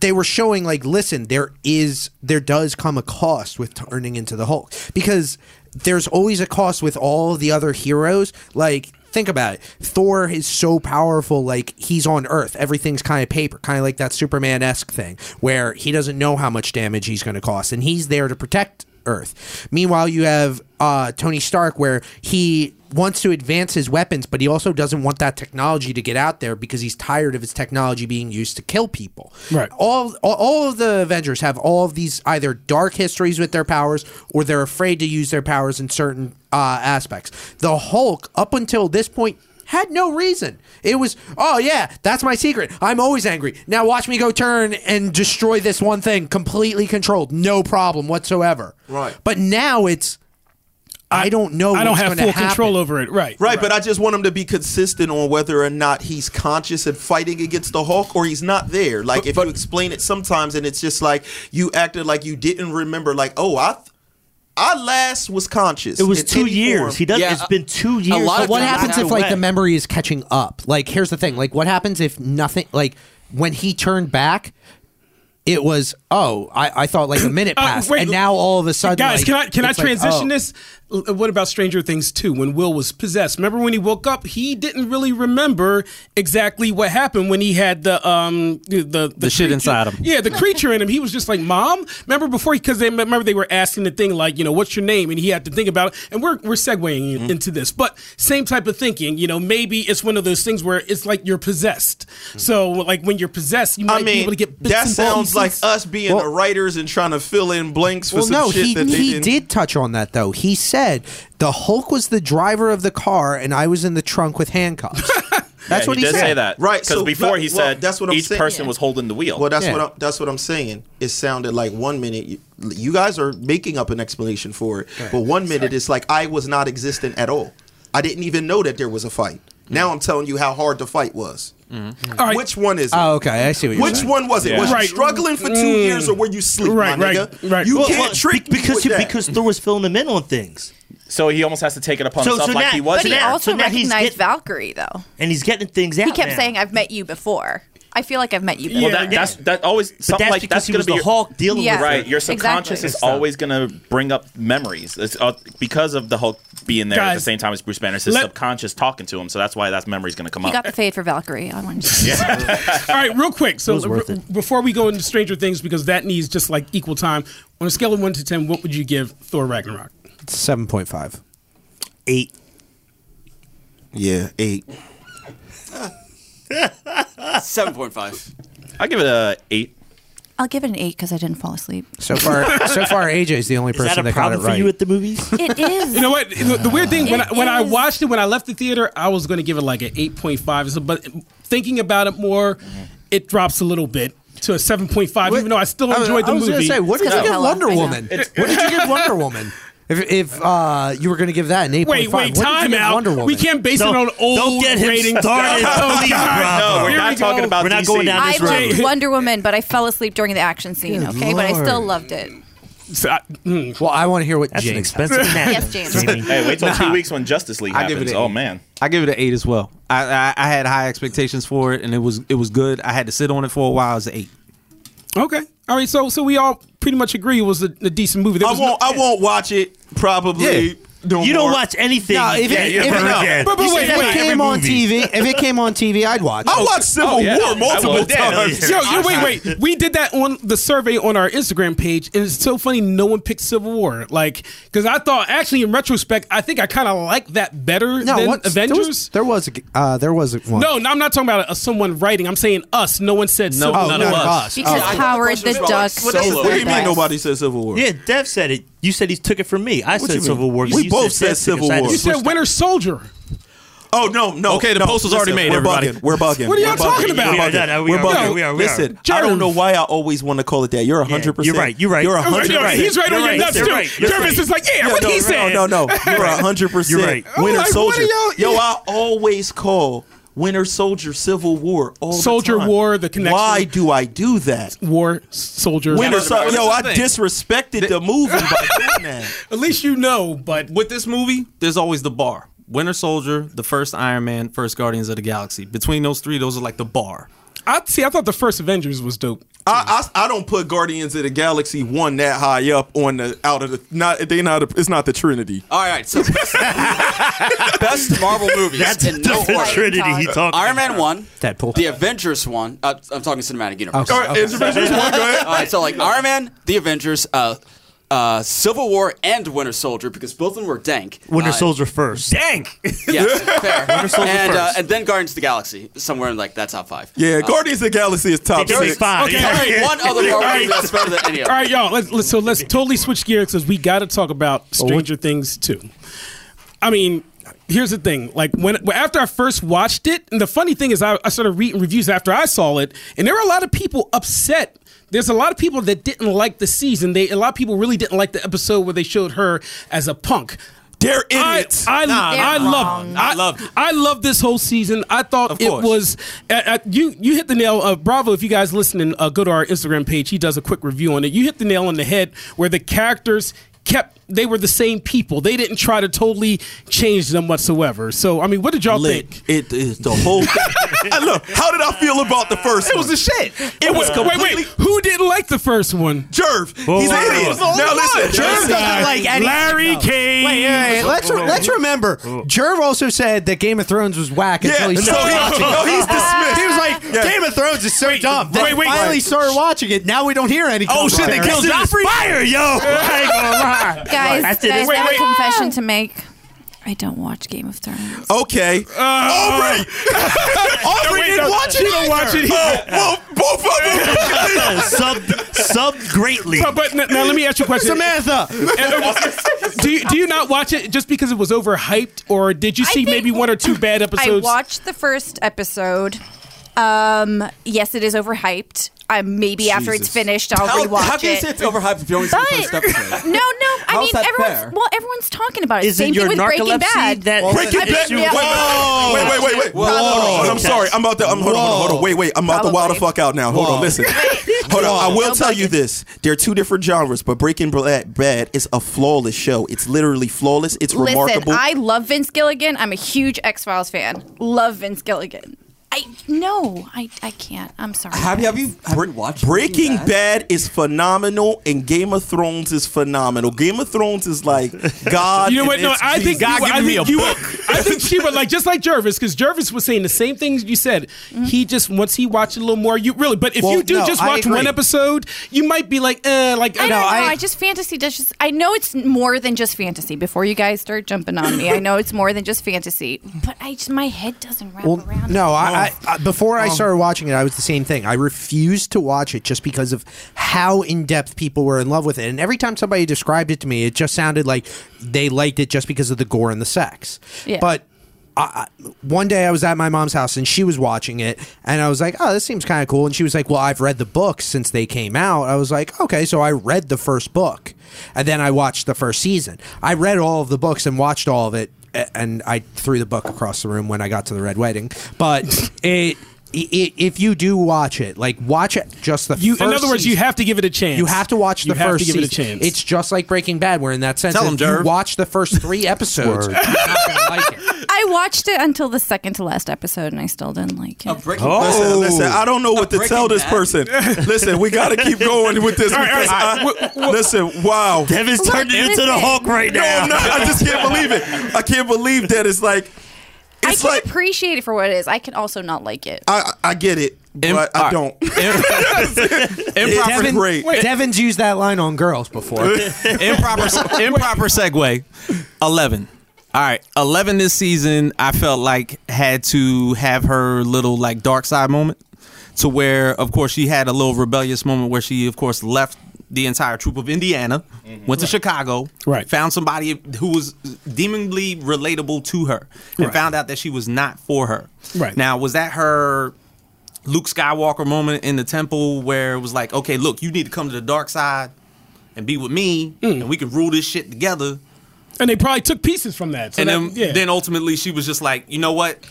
Speaker 3: they were showing like listen there is there does come a cost with turning into the hulk because there's always a cost with all the other heroes like think about it thor is so powerful like he's on earth everything's kind of paper kind of like that superman-esque thing where he doesn't know how much damage he's going to cost and he's there to protect Earth. Meanwhile, you have uh, Tony Stark, where he wants to advance his weapons, but he also doesn't want that technology to get out there because he's tired of his technology being used to kill people.
Speaker 1: Right.
Speaker 3: All, all, all of the Avengers have all of these either dark histories with their powers or they're afraid to use their powers in certain uh, aspects. The Hulk, up until this point, had no reason. It was, oh yeah, that's my secret. I'm always angry. Now watch me go turn and destroy this one thing completely controlled, no problem whatsoever.
Speaker 6: Right.
Speaker 3: But now it's, I don't know.
Speaker 1: I don't
Speaker 3: what's
Speaker 1: have
Speaker 3: gonna
Speaker 1: full
Speaker 3: happen.
Speaker 1: control over it. Right.
Speaker 6: Right, but I just want him to be consistent on whether or not he's conscious and fighting against the Hulk or he's not there. Like if you explain it sometimes and it's just like you acted like you didn't remember like, "Oh, I th- I last was conscious."
Speaker 5: It was
Speaker 6: in
Speaker 5: two
Speaker 6: any
Speaker 5: years.
Speaker 6: form."
Speaker 5: He does.
Speaker 4: Yeah,
Speaker 5: it's
Speaker 4: a-
Speaker 5: been two years.
Speaker 4: lot
Speaker 5: So
Speaker 4: of
Speaker 3: What
Speaker 4: times
Speaker 3: happens
Speaker 4: now.
Speaker 3: if like the
Speaker 5: away?
Speaker 3: memory is catching up? Like here's the thing. Like what happens if nothing? Like when he turned back, it was oh I, I thought like a minute
Speaker 1: Uh,
Speaker 3: passed,
Speaker 1: wait,
Speaker 3: and now all of a sudden
Speaker 1: guys,
Speaker 3: like,
Speaker 1: can I can I
Speaker 3: it's like,
Speaker 1: transition
Speaker 3: oh.
Speaker 1: this? L- What about Stranger Things two? When Will was possessed, remember when he woke up, he didn't really remember exactly what happened when he had the um the the,
Speaker 2: The shit
Speaker 1: creature-
Speaker 2: inside him.
Speaker 1: Yeah, the creature in him. He was just like, "Mom, remember before?" Because they remember they were asking the thing like, you know, "What's your name?" and he had to think about it. And we're we're segueing
Speaker 6: Mm-hmm.
Speaker 1: into this, but same type of thinking. You know, maybe it's one of those things where it's like you're possessed. So like when you're possessed, you might
Speaker 6: Mm-hmm. I
Speaker 1: be
Speaker 6: mean,
Speaker 1: able to get bits
Speaker 6: that
Speaker 1: and
Speaker 6: sounds like
Speaker 1: pieces.
Speaker 6: us being the writers and trying to fill in blanks for
Speaker 3: Well,
Speaker 6: some
Speaker 3: no,
Speaker 6: shit
Speaker 3: he,
Speaker 6: that they
Speaker 3: he
Speaker 6: didn't.
Speaker 3: did touch on that though. He said the Hulk was the driver of the car, and I was in the trunk with handcuffs. That's
Speaker 9: Yeah,
Speaker 3: what he,
Speaker 9: he, did
Speaker 3: said.
Speaker 9: say that.
Speaker 6: Right,
Speaker 9: Because
Speaker 6: so-
Speaker 9: before he
Speaker 6: well,
Speaker 9: said
Speaker 6: that's what I'm
Speaker 9: each
Speaker 6: saying.
Speaker 9: person was holding the wheel.
Speaker 6: Well, that's
Speaker 3: Yeah.
Speaker 6: what I'm, that's what I'm saying. It sounded like one minute you, you guys are making up an explanation for it, but one minute it's like I was
Speaker 3: Mm.
Speaker 6: not existent at all. I didn't even know that there was a fight. Now I'm telling you how hard the fight was. Which one is it?
Speaker 3: Oh, okay. I see what you're
Speaker 6: Which
Speaker 3: saying.
Speaker 6: one was it? Was you
Speaker 3: Right.
Speaker 6: struggling for two
Speaker 3: Mm.
Speaker 6: years or were you sleeping,
Speaker 9: Right,
Speaker 6: my
Speaker 9: right,
Speaker 6: nigga?
Speaker 9: right.
Speaker 6: You
Speaker 9: Well,
Speaker 6: can't
Speaker 9: well,
Speaker 6: trick
Speaker 9: be- because
Speaker 6: me with
Speaker 9: he-
Speaker 6: that.
Speaker 5: because Thor was filling him in on things.
Speaker 9: So he almost has to take it upon
Speaker 5: So-
Speaker 9: himself
Speaker 5: so
Speaker 9: like
Speaker 5: now-
Speaker 9: he was
Speaker 7: But he
Speaker 9: now.
Speaker 7: also
Speaker 5: he's
Speaker 7: recognized
Speaker 5: getting-
Speaker 7: Valkyrie, though.
Speaker 5: And he's getting things out.
Speaker 7: He kept
Speaker 5: now.
Speaker 7: saying, "I've met you before. I feel like I've met you." before.
Speaker 9: Well, that, that's that always something
Speaker 5: that's
Speaker 9: like
Speaker 5: because
Speaker 9: that's
Speaker 5: he
Speaker 9: gonna
Speaker 5: was
Speaker 9: be
Speaker 5: the
Speaker 9: your,
Speaker 5: Hulk dealing with Yeah. it.
Speaker 9: right. Your subconscious
Speaker 7: Exactly.
Speaker 9: is always gonna bring up memories. It's uh, because of the Hulk being there at the
Speaker 7: Guys,
Speaker 9: same time as Bruce Banner. It's his
Speaker 7: let-
Speaker 9: subconscious talking to him, so that's why that memory's gonna come
Speaker 7: He
Speaker 9: up.
Speaker 7: got the fade for Valkyrie. I wanted to.
Speaker 1: All right, real quick. So
Speaker 9: It was worth
Speaker 1: r- before we go into Stranger Things, because that needs just like equal time. On a scale of one to ten, what would you give Thor Ragnarok?
Speaker 3: Seven point five.
Speaker 5: Eight.
Speaker 6: Yeah, eight.
Speaker 4: 7.5.
Speaker 9: I give it a eight.
Speaker 7: I'll give it an eight because I didn't fall asleep.
Speaker 3: So far, so far, AJ's the only
Speaker 1: Is that
Speaker 3: person
Speaker 1: a
Speaker 3: that, got it
Speaker 1: problem for
Speaker 3: right.
Speaker 1: you
Speaker 5: at the movies?
Speaker 7: It is.
Speaker 1: You know what? The, the weird thing when I,
Speaker 7: It
Speaker 1: when I
Speaker 7: is.
Speaker 1: watched it when I left the theater, I was going to give it like an eight point five. but thinking about it more, it drops a little bit to a seven point five. Even though I still
Speaker 3: I was-
Speaker 1: enjoyed the
Speaker 3: I was
Speaker 1: movie.
Speaker 3: gonna say, what did you give Wonder Woman?
Speaker 1: It's-
Speaker 3: What did you give Wonder Woman? If, if uh, you were going to give that an eight point
Speaker 1: Wait,
Speaker 3: five,
Speaker 1: wait,
Speaker 3: what did you
Speaker 1: time
Speaker 3: give
Speaker 1: out.
Speaker 3: Wonder Woman?
Speaker 1: We can't base it on old ratings. Oh, God, no, we're Here not we talking go. about We're not DC. going down
Speaker 7: I
Speaker 1: this
Speaker 7: loved
Speaker 1: road.
Speaker 7: Wonder Woman, but I fell asleep during the action scene.
Speaker 3: Good
Speaker 7: okay, but I still
Speaker 3: lord.
Speaker 7: loved it.
Speaker 1: mm.
Speaker 3: Well, I want to hear what
Speaker 5: That's
Speaker 3: James
Speaker 5: an expensive
Speaker 3: has.
Speaker 5: nap.
Speaker 7: Yes, James.
Speaker 9: Hey, wait till two
Speaker 2: Nah.
Speaker 9: weeks when Justice League
Speaker 2: I
Speaker 9: happens.
Speaker 2: give it an
Speaker 9: oh
Speaker 2: eight.
Speaker 9: man,
Speaker 2: I give it an eight as well. I, I I had high expectations for it, and it was it was good. I had to sit on it for a while. It was an eight.
Speaker 1: Okay. All right. So so we all pretty much agree it was a, a decent movie.
Speaker 6: I won't I won't watch it probably.
Speaker 1: Yeah.
Speaker 6: no
Speaker 1: You don't
Speaker 6: more.
Speaker 1: watch anything. No, if it- Yeah, you're if it- never no. again. But- but
Speaker 3: You
Speaker 1: wait,
Speaker 3: said if
Speaker 1: wait,
Speaker 3: it came
Speaker 1: every
Speaker 3: on
Speaker 1: movie.
Speaker 3: TV, if it came on TV, I'd watch.
Speaker 6: I
Speaker 3: it.
Speaker 6: watched Civil
Speaker 1: Oh, yeah.
Speaker 6: War multiple
Speaker 1: Yeah,
Speaker 6: times.
Speaker 1: Yo, yo, wait, wait. We did that on the survey on our Instagram page, and it's so funny. No one picked Civil War, like because I thought actually in retrospect, I think I kind of like that better
Speaker 3: No,
Speaker 1: than
Speaker 3: what
Speaker 1: Avengers.
Speaker 3: There was, there was a, uh, there was a one.
Speaker 1: no, no, I'm not talking about a, someone writing. I'm saying us. No one said Civil
Speaker 3: oh,
Speaker 1: War.
Speaker 3: none of us.
Speaker 7: Because
Speaker 3: Oh.
Speaker 7: Howard the Duck. is
Speaker 6: What do you
Speaker 7: the
Speaker 6: mean
Speaker 7: best.
Speaker 6: nobody said Civil War?
Speaker 5: Yeah, Dev said it. You said he took it from me. I
Speaker 6: What you
Speaker 5: said
Speaker 6: mean?
Speaker 5: Civil War. 'cause
Speaker 6: We
Speaker 5: you
Speaker 6: both said
Speaker 5: Dev took it,
Speaker 6: Civil
Speaker 5: so I had to
Speaker 6: War. You
Speaker 5: switch
Speaker 1: said Winter Soldier.
Speaker 6: Oh no, no.
Speaker 2: Okay, the
Speaker 6: no,
Speaker 2: post was already made,
Speaker 6: We're
Speaker 2: everybody.
Speaker 6: bugging. We're bugging.
Speaker 1: What are y'all
Speaker 6: We're bugging.
Speaker 1: talking about?
Speaker 6: We're bugging.
Speaker 5: Yeah, no, we
Speaker 6: We're
Speaker 5: are, we
Speaker 6: bugging.
Speaker 5: are, we are, we are.
Speaker 6: Listen, I don't know why I always want to call it that. You're 100. percent
Speaker 5: you're right, you're right.
Speaker 6: You're
Speaker 5: You're
Speaker 6: 100.
Speaker 5: right,
Speaker 1: he's right on
Speaker 5: You're
Speaker 1: your
Speaker 5: right,
Speaker 1: nuts
Speaker 5: you're
Speaker 1: too.
Speaker 5: right, you're
Speaker 1: Jervis
Speaker 5: right.
Speaker 1: is like, yeah,
Speaker 6: Yeah,
Speaker 1: what
Speaker 6: no,
Speaker 1: he said.
Speaker 6: No, no, no. You're
Speaker 5: right.
Speaker 6: 100
Speaker 5: You're
Speaker 6: percent
Speaker 5: right.
Speaker 1: I'm
Speaker 6: Winter
Speaker 1: like, what are
Speaker 6: Soldier.
Speaker 1: y'all-
Speaker 6: Yo,
Speaker 1: yeah.
Speaker 6: I always call Winter Soldier Civil War. All the
Speaker 1: Soldier
Speaker 6: time.
Speaker 1: War, the connection.
Speaker 6: Why do I do that?
Speaker 1: War Soldier.
Speaker 6: Winter Soldier. Yo, I
Speaker 2: That's the
Speaker 6: disrespected the movie by doing that.
Speaker 1: At least you know, but
Speaker 2: With this movie, there's always the bar. Winter Soldier, the first Iron Man, first Guardians of the Galaxy. Between those three, those are like the bar.
Speaker 1: I see. I thought the first Avengers was dope.
Speaker 6: I, I I don't put Guardians of the Galaxy one that high up on the out of the not they not a, it's not the Trinity.
Speaker 4: All right, so best, best Marvel movies
Speaker 5: That's
Speaker 4: in no
Speaker 5: the
Speaker 4: order.
Speaker 5: Trinity he talked
Speaker 4: Iron Man one,
Speaker 3: Deadpool.
Speaker 4: the Avengers one. Uh, I'm talking cinematic universe.
Speaker 3: Okay.
Speaker 6: All right, is the Avengers one go ahead.
Speaker 4: All right, so like Iron Man, the Avengers, uh, uh, Civil War, and Winter Soldier because both of them were dank.
Speaker 5: Winter
Speaker 4: Uh,
Speaker 5: Soldier first.
Speaker 2: Dank.
Speaker 4: yes, fair. Winter
Speaker 5: Soldier
Speaker 4: and, Uh,
Speaker 5: first.
Speaker 4: and then Guardians of the Galaxy, somewhere in like that top five.
Speaker 6: Yeah, Guardians of the Galaxy is top
Speaker 5: There is
Speaker 6: six.
Speaker 5: five.
Speaker 1: Okay, all right.
Speaker 4: One other Marvel
Speaker 1: All right.
Speaker 4: movie that's better than any
Speaker 1: All
Speaker 4: other.
Speaker 1: right, y'all. Let's, let's so let's totally switch gears because we got to talk about Stranger Things too. I mean, here's the thing. Like when when- after I first watched it, and the funny thing is, I, I started reading reviews after I saw it, and there were a lot of people upset. There's a lot of people that didn't like the season. They a lot of people really didn't like the episode where they showed her as a punk.
Speaker 6: They're idiots.
Speaker 1: I, I,
Speaker 2: Nah,
Speaker 1: I
Speaker 2: nah,
Speaker 1: love.
Speaker 2: nah.
Speaker 1: I,
Speaker 2: I loved it.
Speaker 1: I love this whole season. I thought
Speaker 2: Of
Speaker 1: it
Speaker 2: course.
Speaker 1: was. Uh, uh, you you hit the nail. Uh, Bravo! If you guys listening, uh, go to our Instagram page. He does a quick review on it. You hit the nail on the head where the characters kept. They were the same people. They didn't try to totally change them whatsoever. So I mean, what did y'all
Speaker 6: Lick.
Speaker 1: think?
Speaker 6: It is the whole thing. Look, how did I feel about the first one?
Speaker 1: shit.
Speaker 6: It was
Speaker 1: wait, wait,
Speaker 6: completely-
Speaker 1: wait. Who didn't like the first one?
Speaker 6: Jerv.
Speaker 5: Whoa,
Speaker 6: He's
Speaker 5: whoa,
Speaker 6: an
Speaker 5: whoa.
Speaker 6: idiot.
Speaker 5: It's the only
Speaker 6: Now listen,
Speaker 1: Jerv
Speaker 6: Jerv.
Speaker 1: doesn't like
Speaker 3: any-
Speaker 1: Larry King.
Speaker 3: Wait, wait, wait, let's re- let's remember. Jerv also said that Game of Thrones was whack
Speaker 6: Yeah,
Speaker 3: until he
Speaker 6: so
Speaker 3: started
Speaker 6: he,
Speaker 3: watching.
Speaker 6: no, he's dismissed.
Speaker 3: He was like, Game of Thrones is so dumb. Then
Speaker 1: wait, wait.
Speaker 3: finally started watching it. Now we don't hear any.
Speaker 2: Oh, shit, they
Speaker 3: commentary.
Speaker 2: killed Joffrey?
Speaker 5: Fire, yo! I ain't gonna lie.
Speaker 7: Guys,
Speaker 5: I
Speaker 7: guys,
Speaker 5: said this-
Speaker 7: I have a confession to make. I don't watch Game of Thrones.
Speaker 4: Oh,
Speaker 6: Okay. Aubrey. Aubrey
Speaker 1: wait, no,
Speaker 6: didn't watch
Speaker 1: she
Speaker 6: it.
Speaker 1: don't
Speaker 6: either.
Speaker 1: watch it
Speaker 6: Oh, well, both of them.
Speaker 5: sub, sub greatly.
Speaker 1: But, but now, now let me ask you a question.
Speaker 3: Samantha.
Speaker 1: do you, do you not watch it just because it was overhyped, or did you
Speaker 7: I
Speaker 1: see
Speaker 7: think-
Speaker 1: maybe one or two bad
Speaker 7: I
Speaker 1: episodes?
Speaker 7: watched the first episode. Um, yes, it is overhyped. I maybe after it's
Speaker 4: Jesus.
Speaker 7: finished, I'll
Speaker 4: how,
Speaker 7: rewatch
Speaker 4: how can
Speaker 7: it.
Speaker 4: you say it's overhyped if you only see the first episode?
Speaker 7: No, no. I
Speaker 4: How's
Speaker 7: mean,
Speaker 4: that
Speaker 7: everyone's
Speaker 4: fair?
Speaker 7: well, everyone's talking about it.
Speaker 4: Is it
Speaker 7: Same
Speaker 4: your
Speaker 7: thing with Breaking
Speaker 4: narcolepsy
Speaker 7: Bad.
Speaker 4: that-
Speaker 6: Breaking Bad. Wait, wait, wait, wait, wait. Hold on, hold on. I'm sorry. I'm about to. I'm, hold on, hold on, hold on. Wait, wait. I'm about to wild the fuck out now. Hold on.
Speaker 4: Whoa.
Speaker 6: Listen. Hold on. I will tell you this. There are two different genres, but Breaking Bad Bad is a flawless show. It's literally flawless. It's
Speaker 7: Listen,
Speaker 6: remarkable.
Speaker 7: I love Vince Gilligan. I'm a huge X Files fan. Love Vince Gilligan. I no, I, I can't. I'm sorry.
Speaker 6: Have you, have you, watched Breaking Bad? is phenomenal and Game of Thrones is phenomenal. Game of Thrones is like God.
Speaker 1: you know
Speaker 6: and
Speaker 1: what? No,
Speaker 6: it's
Speaker 1: I think
Speaker 6: Jesus.
Speaker 1: you, I think you Were, I think she would like just like Jervis because Jervis was saying the same things you said.
Speaker 7: Mm-hmm.
Speaker 1: He just once he watched a little more. You really, but if
Speaker 3: Well,
Speaker 1: you do
Speaker 3: no,
Speaker 1: just
Speaker 3: I
Speaker 1: watch
Speaker 3: agree.
Speaker 1: one episode, you might be like, eh, like
Speaker 7: I don't know. I, just fantasy. That's just. I know it's more than just fantasy. Before you guys start jumping on me, I know it's more than just fantasy. But I just my head doesn't wrap
Speaker 3: Well,
Speaker 7: around.
Speaker 3: no, I, I, I before I started watching it, I was the same thing. I refused to watch it just because of how in depth people were in love with it, and every time somebody described it to me, it just sounded like they liked it just because of the gore and the sex.
Speaker 14: Yeah.
Speaker 3: But I, I- one day I was at my mom's house and she was watching it, and I was like, "Oh, this seems kind of cool." And she was like, "Well, I've read the books since they came out." I was like, "Okay, so I read the first book, and then I watched the first season. I read all of the books and watched all of it, a- and I threw the book across the room when I got to the red wedding." But it. i- i if you do watch it, like watch it just the
Speaker 1: You, in
Speaker 3: first
Speaker 1: other words, you
Speaker 3: season.
Speaker 1: have to give it a chance.
Speaker 3: You have to watch the
Speaker 1: You have
Speaker 3: first
Speaker 1: to give it a
Speaker 3: season.
Speaker 1: chance.
Speaker 3: It's just like Breaking Bad, where in that sense,
Speaker 1: Tell
Speaker 3: if
Speaker 1: 'em,
Speaker 3: you
Speaker 1: Jerv.
Speaker 3: watch the first three episodes,
Speaker 7: I watched it until the second to last episode, and I still didn't like it.
Speaker 6: Listen, listen, I don't know what to tell this person. Listen, we got to keep going with this.
Speaker 7: All right, all
Speaker 6: because
Speaker 7: right.
Speaker 6: I- listen, wow.
Speaker 7: Devin's Look, turning into the listen. Hulk right now.
Speaker 6: No, I'm not. I just can't believe it. I can't believe that it's like,
Speaker 7: I
Speaker 6: it's
Speaker 7: can
Speaker 6: like,
Speaker 7: appreciate it for what it is. I can also not like it.
Speaker 6: I, I get it, but I don't.
Speaker 3: Devin, Devin's used that line on girls before.
Speaker 2: improper improper segue. Eleven. All right, eleven this season. I felt like had to have her little like dark side moment, to where of course she had a little rebellious moment where she of course left the entire troop of Indiana, went to Chicago, right, found somebody who was deemingly relatable to her, and found out that she was not for her.
Speaker 1: Right.
Speaker 2: now, was that her? Luke Skywalker moment in the temple where it was like, okay, look, you need to come to the dark side and be with me,
Speaker 1: Hmm.
Speaker 2: and we could rule this shit together.
Speaker 1: and they probably took pieces from that. So
Speaker 2: and
Speaker 1: that-
Speaker 2: then,
Speaker 1: yeah.
Speaker 2: then ultimately, she was just like, you know what?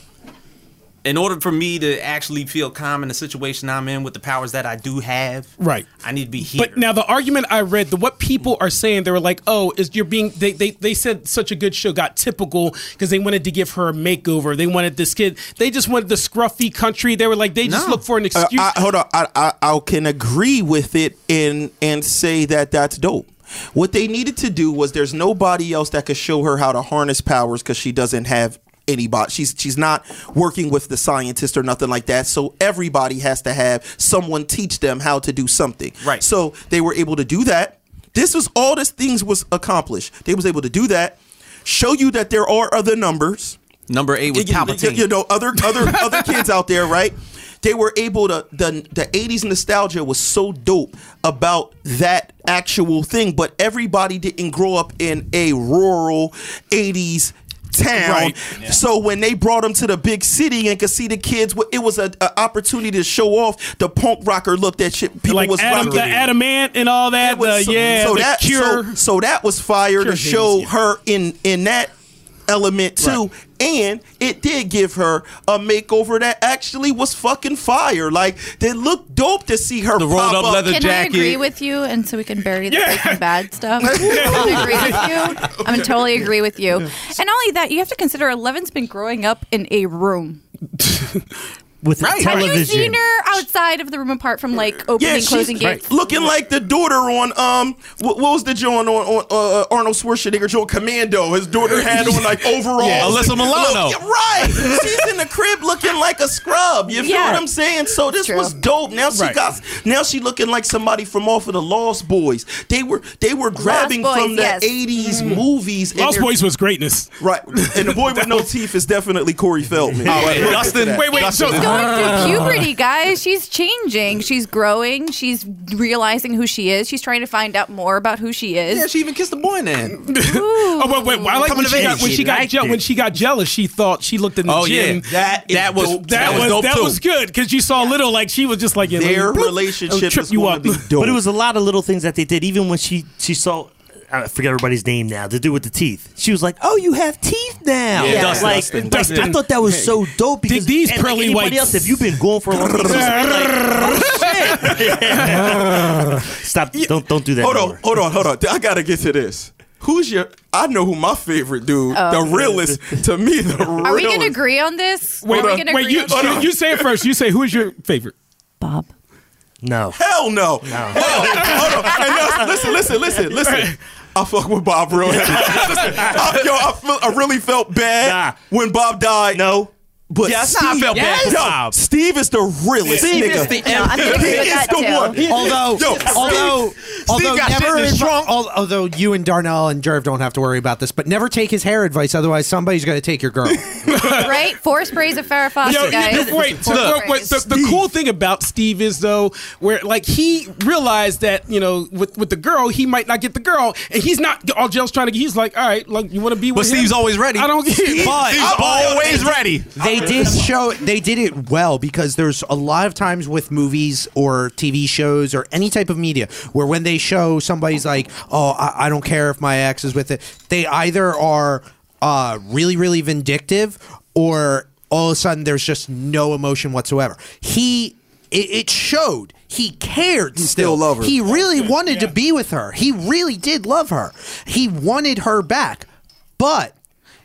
Speaker 2: In order for me to actually feel calm in the situation I'm in with the powers that I do have,
Speaker 1: Right.
Speaker 2: I need to be here.
Speaker 1: But now the argument I read, the what people are saying, they were like, "Oh, is you're being?" They they, they said such a good show got typical because they wanted to give her a makeover. They wanted this kid. They just wanted the scruffy country. They were like, they just look for an
Speaker 6: Uh,
Speaker 1: excuse.
Speaker 6: I, hold on, I, I I can agree with it and and say that that's dope. What they needed to do was there's nobody else that could show her how to harness powers because she doesn't have anybody. She's she's not working with the scientist or nothing like that. So everybody has to have someone teach them how to do something. Right. So they were able to do that. This was all this things was accomplished. They was able to do that. Show you that there are other numbers
Speaker 2: Number eight was
Speaker 6: you, you-
Speaker 2: Palpatine.
Speaker 6: You know, other other other kids out there, right? They were able to the the 80s nostalgia was so dope about that actual thing, but everybody didn't grow up in a rural 80s town.
Speaker 15: Right. Yeah.
Speaker 6: So when they brought them to the big city and could see the kids, wa- it was an opportunity to show off the punk rocker look that shit people
Speaker 1: like
Speaker 6: was
Speaker 1: Adam, the
Speaker 6: rocking.
Speaker 1: Adamant and all that. the, yeah, the cure.
Speaker 6: So, so that was fire
Speaker 1: Cure
Speaker 6: to
Speaker 1: things,
Speaker 6: show
Speaker 1: yeah.
Speaker 6: her in in that element too. And it did give her a makeover that actually was fucking fire. Like they looked dope to see her the
Speaker 2: rolled up leather
Speaker 7: can I agree with you, and so we can bury the Breaking Bad stuff? I'm gonna agree with you. I'm gonna totally agree with you. And not only that, you have to consider Eleven's been growing up in a room.
Speaker 5: with
Speaker 7: Have you seen her outside of the room apart from like opening
Speaker 6: yeah,
Speaker 7: and closing
Speaker 6: she's
Speaker 7: gates?
Speaker 6: looking like the daughter on um what, what was the joint on on uh, Arnold Schwarzenegger joint Commando? His daughter had on like overalls.
Speaker 2: Yeah. Alyssa Milano.
Speaker 6: Look- right? She's in the crib looking like a scrub. You feel
Speaker 2: Yeah.
Speaker 6: what I'm saying? So this was dope. Now she
Speaker 2: Right.
Speaker 6: got now she looking like somebody from off of the Lost Boys. They were they were grabbing
Speaker 1: Boys,
Speaker 6: from the
Speaker 1: yes.
Speaker 6: 80s movies. and
Speaker 1: Lost
Speaker 6: they're-
Speaker 1: Boys was greatness.
Speaker 6: Right, and the boy with no teeth is definitely Corey Feldman.
Speaker 1: Oh, wait,
Speaker 6: Look at
Speaker 1: Dustin-
Speaker 6: that.
Speaker 1: wait, wait, so- Dustin-
Speaker 7: going through puberty, guys. She's changing. She's growing. She's realizing who she is. She's trying to find out more about who she is.
Speaker 3: Yeah, she even kissed a boy then.
Speaker 1: oh, but wait, I like when
Speaker 3: Coming
Speaker 1: she,
Speaker 3: of
Speaker 1: got,
Speaker 3: age.
Speaker 1: when she got
Speaker 3: Liked
Speaker 1: je-
Speaker 3: it.
Speaker 1: when she got jealous, she thought she looked in the
Speaker 3: Oh, yeah.
Speaker 1: gym.
Speaker 3: That- that was dope. That was dope,
Speaker 1: that
Speaker 3: too.
Speaker 1: was good because you saw little like she was just like yeah,
Speaker 6: Their
Speaker 1: let me bloop,
Speaker 6: relationship
Speaker 1: I'll trip
Speaker 6: is
Speaker 1: you
Speaker 6: gonna
Speaker 1: up.
Speaker 6: be
Speaker 5: But it was a lot of little things that they did. Even when she she saw, I forget everybody's name now. The dude with the teeth. She was like, "Oh, you have teeth now."
Speaker 3: Yeah, Yeah.
Speaker 5: Like,
Speaker 3: Dustin.
Speaker 5: like,
Speaker 3: Dustin.
Speaker 5: I thought that was so dope. Because
Speaker 1: these
Speaker 5: and like
Speaker 1: pearly
Speaker 5: anybody
Speaker 1: whites-
Speaker 5: else, if you've been going for a long time, oh, shit. Stop! Don't don't do that.
Speaker 6: Hold
Speaker 5: no
Speaker 6: on,
Speaker 5: more.
Speaker 6: hold on, hold on. I gotta get to this. Who's your? I know who my favorite dude.
Speaker 7: Oh.
Speaker 6: The realest to me. The
Speaker 7: Are we
Speaker 6: realest.
Speaker 7: going to agree on this?
Speaker 1: Wait,
Speaker 7: Are
Speaker 6: uh,
Speaker 7: we gonna
Speaker 1: wait,
Speaker 7: agree
Speaker 1: you,
Speaker 7: on this?
Speaker 1: you, you say it first. You say who's your favorite?
Speaker 7: Bob.
Speaker 5: No.
Speaker 6: Hell no. Hell, hold on. And now, listen, listen, listen, listen. I fuck with Bob real heavy. Listen, I, yo, I, feel, I really felt bad when Bob died.
Speaker 5: No.
Speaker 6: But
Speaker 3: Yes, I
Speaker 6: Steve,
Speaker 3: felt bad for
Speaker 6: Yo,
Speaker 3: Bob.
Speaker 6: Steve is the realest
Speaker 3: Steve
Speaker 6: nigga.
Speaker 3: is the
Speaker 6: he
Speaker 3: No, I'm gonna
Speaker 7: agree with
Speaker 6: is
Speaker 7: that
Speaker 6: the
Speaker 7: too.
Speaker 6: one.
Speaker 3: Although,
Speaker 6: Yo,
Speaker 3: although,
Speaker 6: Steve-
Speaker 3: although,
Speaker 6: Steve got shit
Speaker 3: never
Speaker 6: in his
Speaker 3: advi- al- although you and Darnell and Jerv don't have to worry about this, but never take his hair advice. Otherwise, somebody's going to take your girl.
Speaker 7: right? Four sprays of Farrah Fawcett,
Speaker 1: Yo,
Speaker 7: guys.
Speaker 1: you- wait,
Speaker 7: Four
Speaker 1: look,
Speaker 7: sprays.
Speaker 1: wait, the, the cool thing about Steve is though, where like he realized that you know with with the girl he might not get the girl, and he's not all jealous trying to. get He's like, all right, like you want to be with.
Speaker 3: But Steve's
Speaker 1: him?
Speaker 3: always ready.
Speaker 1: I don't get. it.
Speaker 3: But-
Speaker 6: Steve's always ready.
Speaker 3: They did show they did it well because there's a lot of times with movies or TV shows or any type of media where when they show somebody's like, oh, I, I don't care if my ex is with it, they either are uh, really really vindictive or all of a sudden there's just no emotion whatsoever. He. It, it showed he cared. still,
Speaker 10: love her.
Speaker 3: He really wanted to be with her. He really did love her. He wanted her back, but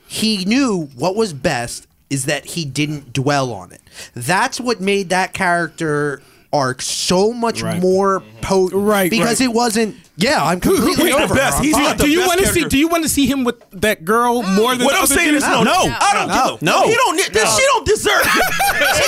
Speaker 3: he knew what was best is that he didn't dwell on it. That's what made that character arc so much
Speaker 1: Right.
Speaker 3: more potent.
Speaker 1: Right,
Speaker 3: Because
Speaker 1: right.
Speaker 3: it wasn't, yeah, I'm completely
Speaker 6: He's the
Speaker 3: over
Speaker 6: best.
Speaker 3: her. I'm
Speaker 6: He's
Speaker 3: fine.
Speaker 6: not the
Speaker 1: Do you
Speaker 6: best
Speaker 1: want to see?
Speaker 6: character.
Speaker 1: Do you want to see him with that girl more than
Speaker 6: What
Speaker 1: the
Speaker 6: I'm
Speaker 1: other
Speaker 6: saying
Speaker 1: dudes?
Speaker 6: is no, no, I don't
Speaker 3: No.
Speaker 6: give a no. He don't. This, She don't deserve. it. she, don't,
Speaker 7: true.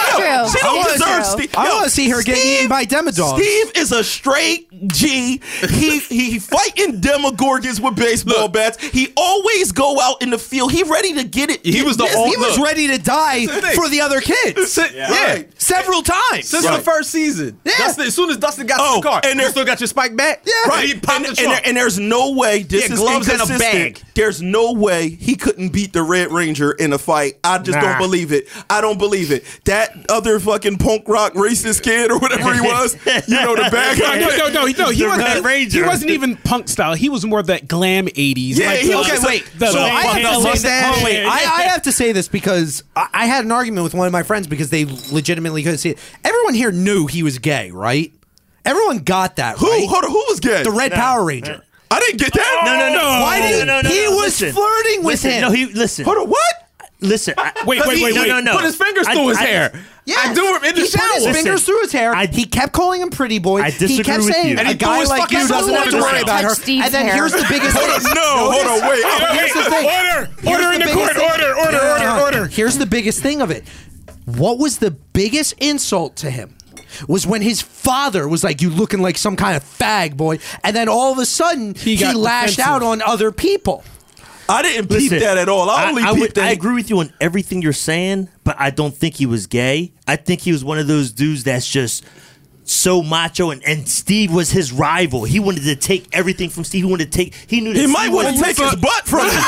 Speaker 6: she don't
Speaker 7: It's
Speaker 6: deserve.
Speaker 7: true.
Speaker 6: Steve.
Speaker 3: I
Speaker 6: Yo,
Speaker 3: wanna see her get
Speaker 6: Steve-
Speaker 3: eaten by Demodog.
Speaker 6: Steve is a straight G. He he fighting demogorgons with baseball bats. He always go out in the field. He ready to get it.
Speaker 3: He was the
Speaker 6: old.
Speaker 3: he was ready to die for the other kids.
Speaker 6: Yeah. Right.
Speaker 3: several times.
Speaker 14: Since the first season,
Speaker 3: Yeah.
Speaker 14: Dustin, as soon as Dustin got
Speaker 6: Oh,
Speaker 14: to the car,
Speaker 6: and
Speaker 14: and
Speaker 6: there-
Speaker 14: you still got your spike back. Yeah,
Speaker 6: Right.
Speaker 14: He popped
Speaker 6: and,
Speaker 14: the
Speaker 6: and
Speaker 14: trunk.
Speaker 6: there- and there's no way this
Speaker 14: Yeah,
Speaker 6: is
Speaker 14: gloves and a
Speaker 6: inconsistent.
Speaker 14: bag.
Speaker 6: There's no way he couldn't beat the Red Ranger in a fight. I just don't
Speaker 5: Nah.
Speaker 6: believe it. I don't believe it. That other fucking punk rock racist kid or whatever he was, you know, the bad
Speaker 1: No,
Speaker 6: guy.
Speaker 1: no, no, no, no. He
Speaker 5: The
Speaker 1: wasn't.
Speaker 5: Red
Speaker 1: He
Speaker 5: Ranger.
Speaker 1: wasn't even punk style. He was more of that glam '80s.
Speaker 6: Yeah,
Speaker 1: like,
Speaker 6: he was
Speaker 1: the-
Speaker 6: just like-
Speaker 1: the
Speaker 6: so
Speaker 1: Van
Speaker 6: I thought
Speaker 1: Halen-
Speaker 6: the mustache-
Speaker 1: Oh,
Speaker 3: Wait,
Speaker 1: yeah.
Speaker 3: I, I have to say this because I, I had an argument with one of my friends because they legitimately couldn't see it. Everyone here knew he was gay, right? Everyone got that,
Speaker 6: Who?
Speaker 3: right?
Speaker 6: Hold on. Who was gay?
Speaker 3: The Red Power Ranger.
Speaker 6: I didn't get that.
Speaker 5: No, no, no.
Speaker 3: Why
Speaker 5: no,
Speaker 3: did
Speaker 5: no, no, no,
Speaker 3: he
Speaker 5: no,
Speaker 3: was
Speaker 5: listen.
Speaker 3: flirting with
Speaker 5: Listen,
Speaker 3: him?
Speaker 5: No, he listen.
Speaker 6: Hold on. What?
Speaker 5: Listen. I,
Speaker 1: Wait, wait, wait,
Speaker 5: no,
Speaker 1: wait.
Speaker 5: No, no,
Speaker 14: Put his fingers
Speaker 5: I-
Speaker 14: through his
Speaker 5: I-
Speaker 14: hair.
Speaker 3: Yeah,
Speaker 14: I do him in the
Speaker 3: he
Speaker 14: shower.
Speaker 3: Put his
Speaker 5: Listen,
Speaker 3: fingers through his hair.
Speaker 5: I-
Speaker 3: he kept calling him pretty boy.
Speaker 5: I
Speaker 3: he
Speaker 5: disagree
Speaker 3: kept
Speaker 5: with
Speaker 3: saying
Speaker 5: you.
Speaker 3: a
Speaker 5: And he
Speaker 14: threw
Speaker 3: guy
Speaker 14: his
Speaker 3: like
Speaker 14: fucking
Speaker 3: you doesn't
Speaker 14: soul
Speaker 3: have to
Speaker 14: into
Speaker 3: worry
Speaker 14: it.
Speaker 3: about her.
Speaker 7: Touch Steve's
Speaker 3: and then
Speaker 7: hair.
Speaker 3: here's the biggest
Speaker 6: Hold on.
Speaker 3: thing.
Speaker 6: No. Hold on. Wait.
Speaker 3: But here's the thing.
Speaker 1: Order! Order in the
Speaker 3: biggest
Speaker 1: court!
Speaker 3: thing-
Speaker 1: Order! Order!
Speaker 3: Yeah.
Speaker 1: Order! Order!
Speaker 3: Here's the biggest thing of it. What was the biggest insult to him? Was when his father was like, "You looking like some kind of fag boy," and then all of a sudden he,
Speaker 1: got
Speaker 3: lashed
Speaker 1: defensive.
Speaker 3: out on other people.
Speaker 6: I didn't peep
Speaker 5: Listen,
Speaker 6: that at all. I only
Speaker 5: I,
Speaker 6: peeped
Speaker 5: would-
Speaker 6: that.
Speaker 5: I agree with you on everything you're saying, but I don't think he was gay. I think he was one of those dudes that's just so macho, and, and Steve was his rival. He wanted to take everything from Steve. He wanted to take. He knew that
Speaker 6: He might
Speaker 5: Steve
Speaker 6: want to
Speaker 5: was-
Speaker 6: take his butt from him.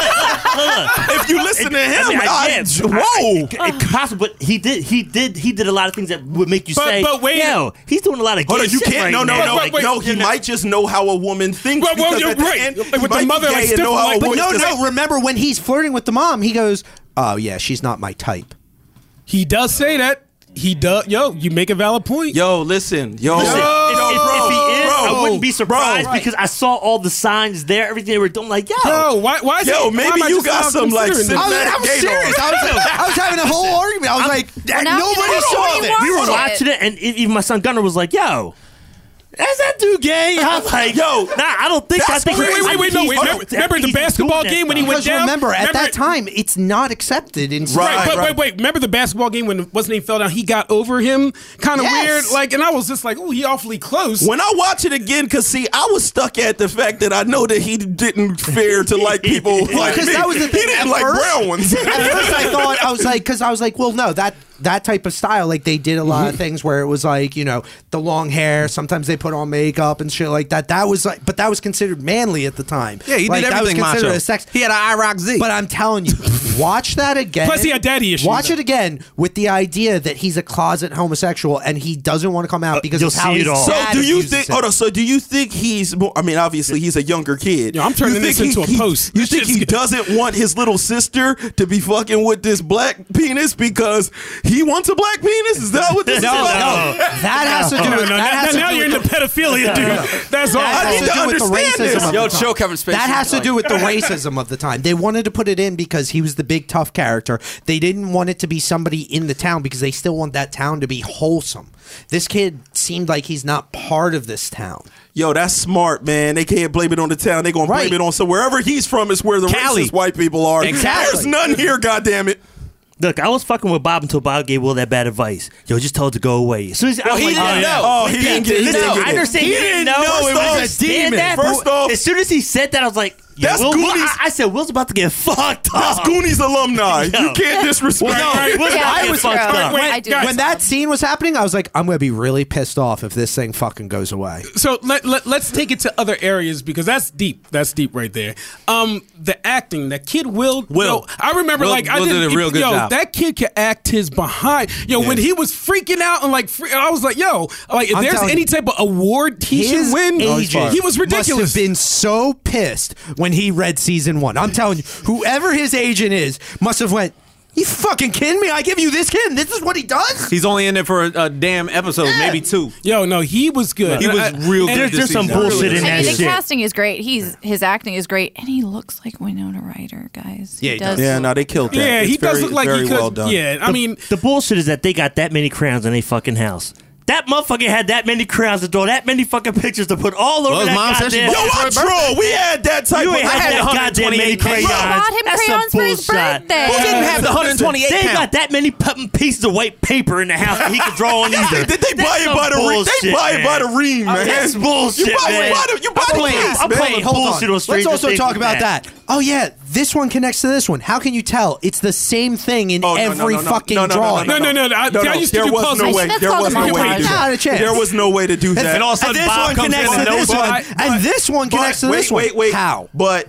Speaker 6: if you listen to him,
Speaker 5: I mean, I
Speaker 6: I,
Speaker 5: guess.
Speaker 6: whoa.
Speaker 5: I- it- it's possible, but he did. He did. He did a lot of things that would make you
Speaker 1: But-
Speaker 5: say,
Speaker 1: but wait.
Speaker 5: "Yo, he's doing a lot of gay
Speaker 6: Hold on, you
Speaker 5: shit
Speaker 6: can't.
Speaker 5: right
Speaker 6: no, no,
Speaker 5: now."
Speaker 6: no,
Speaker 5: Like,
Speaker 1: wait,
Speaker 6: no. He
Speaker 1: you know-
Speaker 6: might just know how a woman thinks.
Speaker 1: Well, well,
Speaker 6: because
Speaker 1: you're
Speaker 6: at the
Speaker 1: right.
Speaker 6: end,
Speaker 1: Like,
Speaker 6: he
Speaker 1: with the
Speaker 6: might be
Speaker 1: mother,
Speaker 6: gay
Speaker 1: like,
Speaker 6: and
Speaker 1: stiff
Speaker 6: know how
Speaker 1: like-
Speaker 6: a
Speaker 3: But
Speaker 1: But
Speaker 6: woman
Speaker 3: no,
Speaker 6: thinks.
Speaker 3: no. Remember when he's flirting with the mom? He goes, "Oh yeah, she's not my type."
Speaker 1: He does say that. He does. Yo, you make a valid point.
Speaker 6: Yo, listen, yo,
Speaker 5: Listen, if, if- if he is,
Speaker 6: bro,
Speaker 5: I wouldn't be surprised
Speaker 6: bro.
Speaker 5: because I saw all the signs there, everything they were doing. Like, yo,
Speaker 1: Bro, why? Why is it,
Speaker 6: Yo,
Speaker 1: why
Speaker 6: maybe
Speaker 1: am I
Speaker 6: you
Speaker 1: just
Speaker 6: got
Speaker 1: not
Speaker 6: some, like,
Speaker 1: considering
Speaker 3: I
Speaker 1: this?
Speaker 3: was, I was
Speaker 6: Gator.
Speaker 3: serious. I was, I was having a whole argument. I was like,
Speaker 7: We're not
Speaker 3: nobody
Speaker 7: gonna
Speaker 3: saw
Speaker 7: do
Speaker 3: this.
Speaker 7: it.
Speaker 5: we were
Speaker 7: Shit.
Speaker 5: watching it, and e- even my son Gunner was like, "Yo, is that dude gay?" I'm like, "Yo, nah, I don't think. I
Speaker 6: That's
Speaker 5: think
Speaker 6: crazy.
Speaker 1: Wait, wait, wait, no.
Speaker 5: he's-
Speaker 1: Wait, remember,
Speaker 5: he's
Speaker 1: remember the
Speaker 5: doing
Speaker 1: basketball
Speaker 5: that
Speaker 1: game when he
Speaker 5: stuff.
Speaker 1: went
Speaker 3: Because
Speaker 1: down?
Speaker 3: remember, at that
Speaker 1: Remember-
Speaker 3: time, it's not accepted in
Speaker 1: Right,
Speaker 6: Right,
Speaker 1: but
Speaker 6: right.
Speaker 1: wait, wait. Remember the basketball game when what's his name fell down? He got over him, kind of
Speaker 3: Yes.
Speaker 1: weird. Like, and I was just like, oh, he awfully close.
Speaker 6: When I watch it again, cause see, I was stuck at the fact that I know that he didn't fare to like people like
Speaker 3: Because
Speaker 6: me.
Speaker 3: that was the
Speaker 6: He
Speaker 3: thing.
Speaker 6: didn't like
Speaker 3: first-
Speaker 6: brown ones.
Speaker 3: at first, I thought I was like, because I was like, well, no, that that type of style, like they did a lot of things where it was like, you know, the long hair. Sometimes they put on makeup and shit like that. That was like, but that was considered manly at the time.
Speaker 1: Yeah, he did
Speaker 3: like,
Speaker 1: everything
Speaker 3: That was considered
Speaker 1: macho.
Speaker 3: a sex. He had an IROC Z. But I'm telling you, watch that again.
Speaker 1: Plus he had daddy issues.
Speaker 3: Watch it again with the idea that he's a closet homosexual and he doesn't want to come out because of how he's
Speaker 6: So do you think? Hold on. So do you think he's? more I mean, obviously he's a younger kid.
Speaker 1: I'm turning
Speaker 6: You think
Speaker 1: this into a post.
Speaker 6: You think he doesn't want his little sister to be fucking with this black penis because he wants a black penis? Is that what this
Speaker 3: No,
Speaker 6: is?
Speaker 3: no.
Speaker 6: about?
Speaker 3: That has to do
Speaker 1: No,
Speaker 3: with-
Speaker 1: no,
Speaker 3: that
Speaker 1: now-
Speaker 3: has to
Speaker 1: now
Speaker 3: do
Speaker 1: you're
Speaker 3: with
Speaker 1: into
Speaker 3: the-
Speaker 1: pedophilia,
Speaker 3: No, no, no.
Speaker 1: dude. That's all.
Speaker 3: That
Speaker 1: I
Speaker 3: has
Speaker 1: need
Speaker 3: to
Speaker 1: to
Speaker 3: do with the
Speaker 1: understand
Speaker 3: racism
Speaker 1: this.
Speaker 3: of
Speaker 1: Yo,
Speaker 3: the time.
Speaker 1: chill, Kevin Spacey.
Speaker 3: That has to do with the racism of the time. They wanted to put it in because he was the big tough character. They didn't want it to be somebody in the town because they still want that town to be wholesome. This kid seemed like he's not part of this town.
Speaker 6: Yo, that's smart, man. They can't blame it on the town. They gonna blame it on so wherever he's from is where the
Speaker 5: Cali.
Speaker 6: racist white people are.
Speaker 5: Exactly.
Speaker 6: There's none here. God damn it.
Speaker 5: Look, I was fucking with Bob until Bob gave Will that bad advice. Yo, just tell it to go away. As soon as I
Speaker 6: Well,
Speaker 5: was
Speaker 6: he
Speaker 5: like,
Speaker 6: didn't
Speaker 5: yeah.
Speaker 6: know. Oh, he didn't get- he
Speaker 5: Listen,
Speaker 6: didn't get
Speaker 5: I
Speaker 6: it.
Speaker 5: understand.
Speaker 6: He
Speaker 5: He didn't
Speaker 6: didn't
Speaker 5: know.
Speaker 6: know.
Speaker 5: It was
Speaker 6: First
Speaker 5: a demon.
Speaker 6: off- first off-
Speaker 5: as soon as he said that, I was like, yeah,
Speaker 6: That's
Speaker 5: Will, Will-
Speaker 6: Goonies-
Speaker 5: I, I said, Will's about to get fucked up.
Speaker 6: That's Goonies alumni.
Speaker 5: Yo.
Speaker 6: You can't disrespect.
Speaker 5: Well, no, Will's about to
Speaker 3: I
Speaker 5: get
Speaker 3: was
Speaker 5: fucked up.
Speaker 3: when,
Speaker 1: I do guys.
Speaker 3: when that scene was happening, I was like, I'm gonna be really pissed off if this thing fucking goes away.
Speaker 1: So let, let, let's take it to other areas because that's deep. That's deep right there. Um, the acting, that kid Will.
Speaker 2: Will.
Speaker 1: yo, I remember
Speaker 2: Will-
Speaker 1: like I
Speaker 2: Will did
Speaker 1: didn't,
Speaker 2: a real good
Speaker 1: yo,
Speaker 2: job.
Speaker 1: That kid could act his behind. Yo, when
Speaker 2: Yeah.
Speaker 1: he was freaking out and like, fre- and I was like, yo, like if
Speaker 3: I'm
Speaker 1: there's
Speaker 3: telling
Speaker 1: any
Speaker 3: you,
Speaker 1: type of award he should
Speaker 3: His
Speaker 1: win,
Speaker 3: agent
Speaker 1: he was ridiculous.
Speaker 3: Oh, Must have been so pissed when he read season one. I'm telling you, whoever his agent is must have went. You fucking kidding me? I give you this kid. and This is what he does.
Speaker 2: He's only in there for a, a damn episode, maybe two.
Speaker 1: Yo, no, he was good.
Speaker 2: He was real good. this season.
Speaker 7: I mean, the casting is great. He's his acting is great, and he looks like Winona Ryder, guys. He does.
Speaker 6: Yeah, no, they killed that.
Speaker 1: Yeah, he
Speaker 6: It's
Speaker 1: does
Speaker 6: very-
Speaker 1: look like
Speaker 6: very
Speaker 1: he could.
Speaker 6: well done.
Speaker 1: Yeah, I
Speaker 5: The-
Speaker 1: mean,
Speaker 5: the bullshit is that they got that many crowns in their fucking house. That motherfucker had that many crowns to draw, that many fucking pictures to put all over
Speaker 2: Well, his
Speaker 5: that
Speaker 2: mom said she
Speaker 5: goddamn.
Speaker 2: bought it for her birthday.
Speaker 6: Bro, we had that type
Speaker 5: You
Speaker 6: of.
Speaker 5: ain't
Speaker 6: I
Speaker 5: had
Speaker 6: had
Speaker 5: that goddamn many crayons.
Speaker 6: 128 crayons.
Speaker 7: bought him
Speaker 5: That's
Speaker 7: crayons
Speaker 5: some
Speaker 7: for his
Speaker 5: bullshit.
Speaker 7: birthday. Who
Speaker 2: didn't have the
Speaker 5: Listen,
Speaker 2: 128
Speaker 5: They
Speaker 2: count?
Speaker 5: got that many pu- pieces of white paper in the house that he could draw on either.
Speaker 6: Did they buy
Speaker 5: That's
Speaker 6: it
Speaker 5: some
Speaker 6: by the ream? They
Speaker 5: bullshit,
Speaker 6: buy it by the
Speaker 5: man.
Speaker 6: ream,
Speaker 5: I'm-
Speaker 6: man.
Speaker 5: That's bullshit,
Speaker 6: You buy,
Speaker 5: man.
Speaker 6: You buy the, you buy
Speaker 5: I'm
Speaker 6: the
Speaker 5: playing-
Speaker 6: case,
Speaker 5: I'm
Speaker 6: man.
Speaker 5: playing bullshit on
Speaker 3: Let's
Speaker 5: Stranger
Speaker 3: also
Speaker 5: Things
Speaker 3: talk
Speaker 5: with
Speaker 3: about that. Oh yeah, this one connects to this one. How can you tell? It's the same thing in
Speaker 6: Oh, no, no,
Speaker 3: every
Speaker 6: no, no.
Speaker 3: fucking
Speaker 6: no, no,
Speaker 3: drawing.
Speaker 1: No, no, no, no. I- I used to
Speaker 6: there
Speaker 1: do
Speaker 6: was
Speaker 1: puzzles.
Speaker 6: no way.
Speaker 7: That's
Speaker 6: There
Speaker 7: called
Speaker 6: was
Speaker 7: a
Speaker 6: no way to do
Speaker 7: montage.
Speaker 3: Not a
Speaker 6: that.
Speaker 3: chance.
Speaker 6: There was no way to do that.
Speaker 2: all of a sudden,
Speaker 3: this
Speaker 2: Bob
Speaker 3: one
Speaker 2: comes
Speaker 3: connects
Speaker 2: in
Speaker 3: to
Speaker 2: and
Speaker 3: this
Speaker 2: knows
Speaker 3: one,
Speaker 2: why-
Speaker 3: and this one
Speaker 6: But-
Speaker 3: connects to
Speaker 6: wait,
Speaker 3: this one.
Speaker 6: Wait, wait,
Speaker 3: How?
Speaker 6: But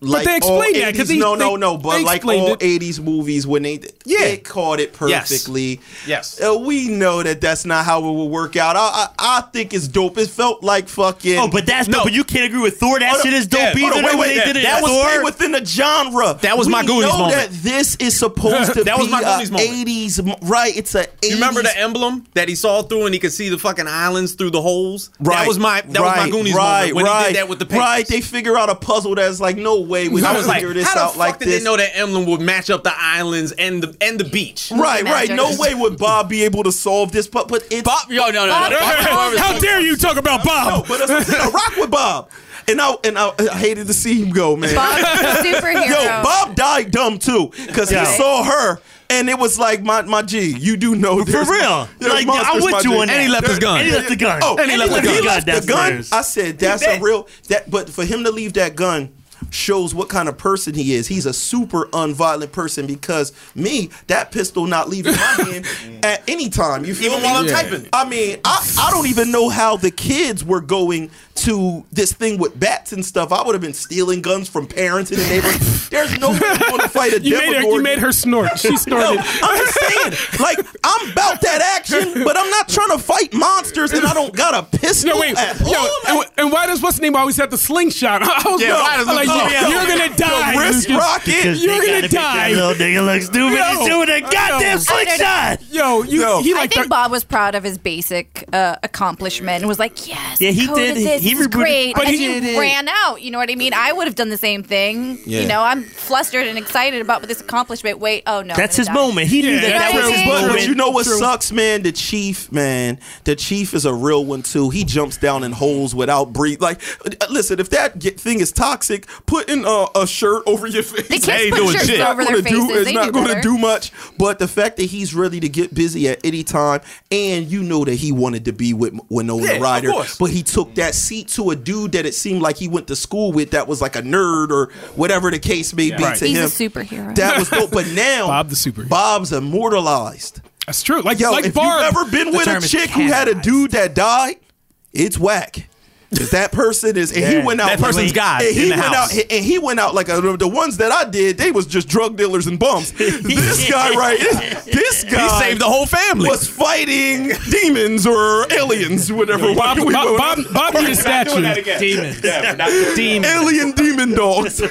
Speaker 6: like
Speaker 1: they explained
Speaker 6: all
Speaker 1: that, 'cause
Speaker 6: 80s,
Speaker 1: he-
Speaker 6: no, no,
Speaker 1: they-
Speaker 6: no.
Speaker 1: they
Speaker 6: But like
Speaker 1: explained
Speaker 6: all
Speaker 1: it.
Speaker 6: '80s movies, when they yeah. they caught it
Speaker 2: Yes.
Speaker 6: perfectly.
Speaker 9: Yes.
Speaker 6: Uh, we know that that's not how it will work out. I, I I think it's dope. It felt like fucking.
Speaker 5: Oh, but that's
Speaker 2: No.
Speaker 5: no. But you can't agree with Thor. That
Speaker 6: Hold
Speaker 5: shit
Speaker 6: up.
Speaker 5: is dope
Speaker 6: Yeah, hold
Speaker 5: either.
Speaker 6: up,
Speaker 5: the way they
Speaker 6: yeah.
Speaker 5: did it
Speaker 6: That
Speaker 5: in
Speaker 6: was
Speaker 5: Thor.
Speaker 6: stayed within the genre.
Speaker 2: That was
Speaker 6: we
Speaker 2: my Goonies
Speaker 6: know
Speaker 2: moment.
Speaker 6: That this is supposed to
Speaker 2: That was
Speaker 6: be
Speaker 2: my Goonies
Speaker 6: a
Speaker 2: moment.
Speaker 6: 80s, mo- right? It's a 80s.
Speaker 2: You remember the emblem that he saw through and he could see the fucking islands through the holes? That was my that was my Goonies moment when he did that with the papers.
Speaker 6: Right, they figure out a puzzle that's like, no way, we
Speaker 2: I
Speaker 6: can
Speaker 2: was like,
Speaker 6: figure
Speaker 2: how the
Speaker 6: this
Speaker 2: fuck
Speaker 6: out like
Speaker 2: did
Speaker 6: this.
Speaker 2: they know that emblem would match up the islands and the and the beach?
Speaker 6: Right, right. No
Speaker 7: Magic.
Speaker 6: way would Bob be able to solve this, but but it's
Speaker 4: Bob, yo, no, no, no. Bob Barker's
Speaker 1: how dare you talk about
Speaker 6: no,
Speaker 1: Bob?
Speaker 6: but that's what I'm saying. I rock with Bob, and I and I, I hated to see him go, man.
Speaker 7: Bob's a superhero.
Speaker 6: Yo, Bob died dumb too because
Speaker 5: Yeah.
Speaker 6: he saw her, and it was like, my my G, you do know
Speaker 5: For
Speaker 6: there's-
Speaker 5: real.
Speaker 6: there's
Speaker 5: Like,
Speaker 6: monsters,
Speaker 5: I'm
Speaker 6: my
Speaker 5: with you
Speaker 6: G.
Speaker 5: on that.
Speaker 2: And he left his gun.
Speaker 5: And he left the gun.
Speaker 6: Oh,
Speaker 5: and he left the gun.
Speaker 6: He left the gun.
Speaker 5: downstairs.
Speaker 6: I said that's
Speaker 5: He
Speaker 6: a
Speaker 5: did.
Speaker 6: real that. But for him to leave that gun shows what kind of person he is. He's a super unviolent person because me, that pistol not leaving my hand at any time. You feel
Speaker 2: Even
Speaker 6: me?
Speaker 2: while I'm Yeah. typing.
Speaker 6: I mean, I, I don't even know how the kids were going to this thing with bats and stuff. I would have been stealing guns from parents in the neighborhood. There's no way I'm going to fight a
Speaker 1: You made, her, you
Speaker 6: Demogorgon.
Speaker 1: made her snort. She
Speaker 6: No,
Speaker 1: snorted.
Speaker 6: I'm just saying, like, I'm about that action, but I'm not trying to fight monsters, and I don't got a pistol.
Speaker 1: No, wait.
Speaker 6: at
Speaker 1: Yo,
Speaker 6: home.
Speaker 1: and, and why does what's the name always have the slingshot? I was
Speaker 2: Yeah, why
Speaker 1: like,
Speaker 2: does
Speaker 1: I'm like,
Speaker 2: Luke-
Speaker 1: you're,
Speaker 2: oh,
Speaker 1: you're gonna die.
Speaker 6: The wrist
Speaker 1: Lucas.
Speaker 6: rocket.
Speaker 1: You're
Speaker 5: They gotta
Speaker 1: gonna
Speaker 5: make that
Speaker 1: die.
Speaker 5: Little nigga look stupid. He's
Speaker 1: Yo.
Speaker 5: doing a
Speaker 1: Yo.
Speaker 5: goddamn slingshot.
Speaker 1: Yo, you,
Speaker 6: Yo.
Speaker 1: he
Speaker 7: I
Speaker 1: like
Speaker 7: think
Speaker 1: that.
Speaker 7: Bob was proud of his basic uh, accomplishment and was like, "Yes,
Speaker 5: Yeah, he
Speaker 7: Dakota
Speaker 5: did.
Speaker 7: This.
Speaker 5: He
Speaker 7: This is
Speaker 5: rebooted-
Speaker 7: great."
Speaker 1: But
Speaker 7: and
Speaker 1: he
Speaker 7: he,
Speaker 1: did it.
Speaker 7: ran out. You know what I mean? I would have done the same thing.
Speaker 2: Yeah.
Speaker 7: You know, I'm flustered and excited about this accomplishment. Wait, oh no,
Speaker 5: That's
Speaker 7: I'm
Speaker 5: his
Speaker 7: gonna die.
Speaker 5: moment. He knew
Speaker 1: Yeah,
Speaker 5: that that
Speaker 7: that's
Speaker 5: was his
Speaker 7: his
Speaker 6: But,
Speaker 7: moment.
Speaker 5: moment.
Speaker 6: but you know what sucks, man? The chief, man. The chief is a real one too. He jumps down in holes without breathe. Like, uh, listen, if that get- thing is toxic, putting a, a shirt over your face
Speaker 7: The kids put shirts over
Speaker 6: not
Speaker 7: their
Speaker 6: gonna do
Speaker 7: faces.
Speaker 6: is
Speaker 7: They
Speaker 6: not
Speaker 7: do
Speaker 6: gonna
Speaker 7: better.
Speaker 6: do much. But the fact that he's ready to get busy at any time, and you know that he wanted to be with Winona
Speaker 14: Yeah, of
Speaker 6: Ryder,
Speaker 14: course.
Speaker 6: but he took that seat to a dude that it seemed like he went to school with that was like a nerd or whatever the case may be to
Speaker 7: He's
Speaker 6: him.
Speaker 7: a superhero.
Speaker 6: That was dope. But now Bob the super. Bob's immortalized.
Speaker 15: That's true. Like
Speaker 6: yo,
Speaker 15: like
Speaker 6: if
Speaker 15: Barb.
Speaker 6: you've ever been
Speaker 15: The
Speaker 6: with a
Speaker 15: term is
Speaker 6: chick who had a dude that died, it's whack. 'Cause that person is, and
Speaker 15: Yeah.
Speaker 6: he went out.
Speaker 15: That person's God
Speaker 6: And he
Speaker 15: in the
Speaker 6: went
Speaker 15: house.
Speaker 6: out, and he went out like uh, the ones that I did. They was just drug dealers and bums. This guy, right? This, this
Speaker 15: He
Speaker 6: guy
Speaker 15: saved the whole family.
Speaker 6: Was fighting demons or aliens, whatever.
Speaker 15: Bob-
Speaker 6: we- we-
Speaker 15: Bob- Bob- Bob
Speaker 6: We're
Speaker 15: needs a
Speaker 6: not doing
Speaker 15: statue.
Speaker 6: that again.
Speaker 15: Demons.
Speaker 6: Yeah, we're not-
Speaker 15: Demons.
Speaker 6: Alien demon dogs.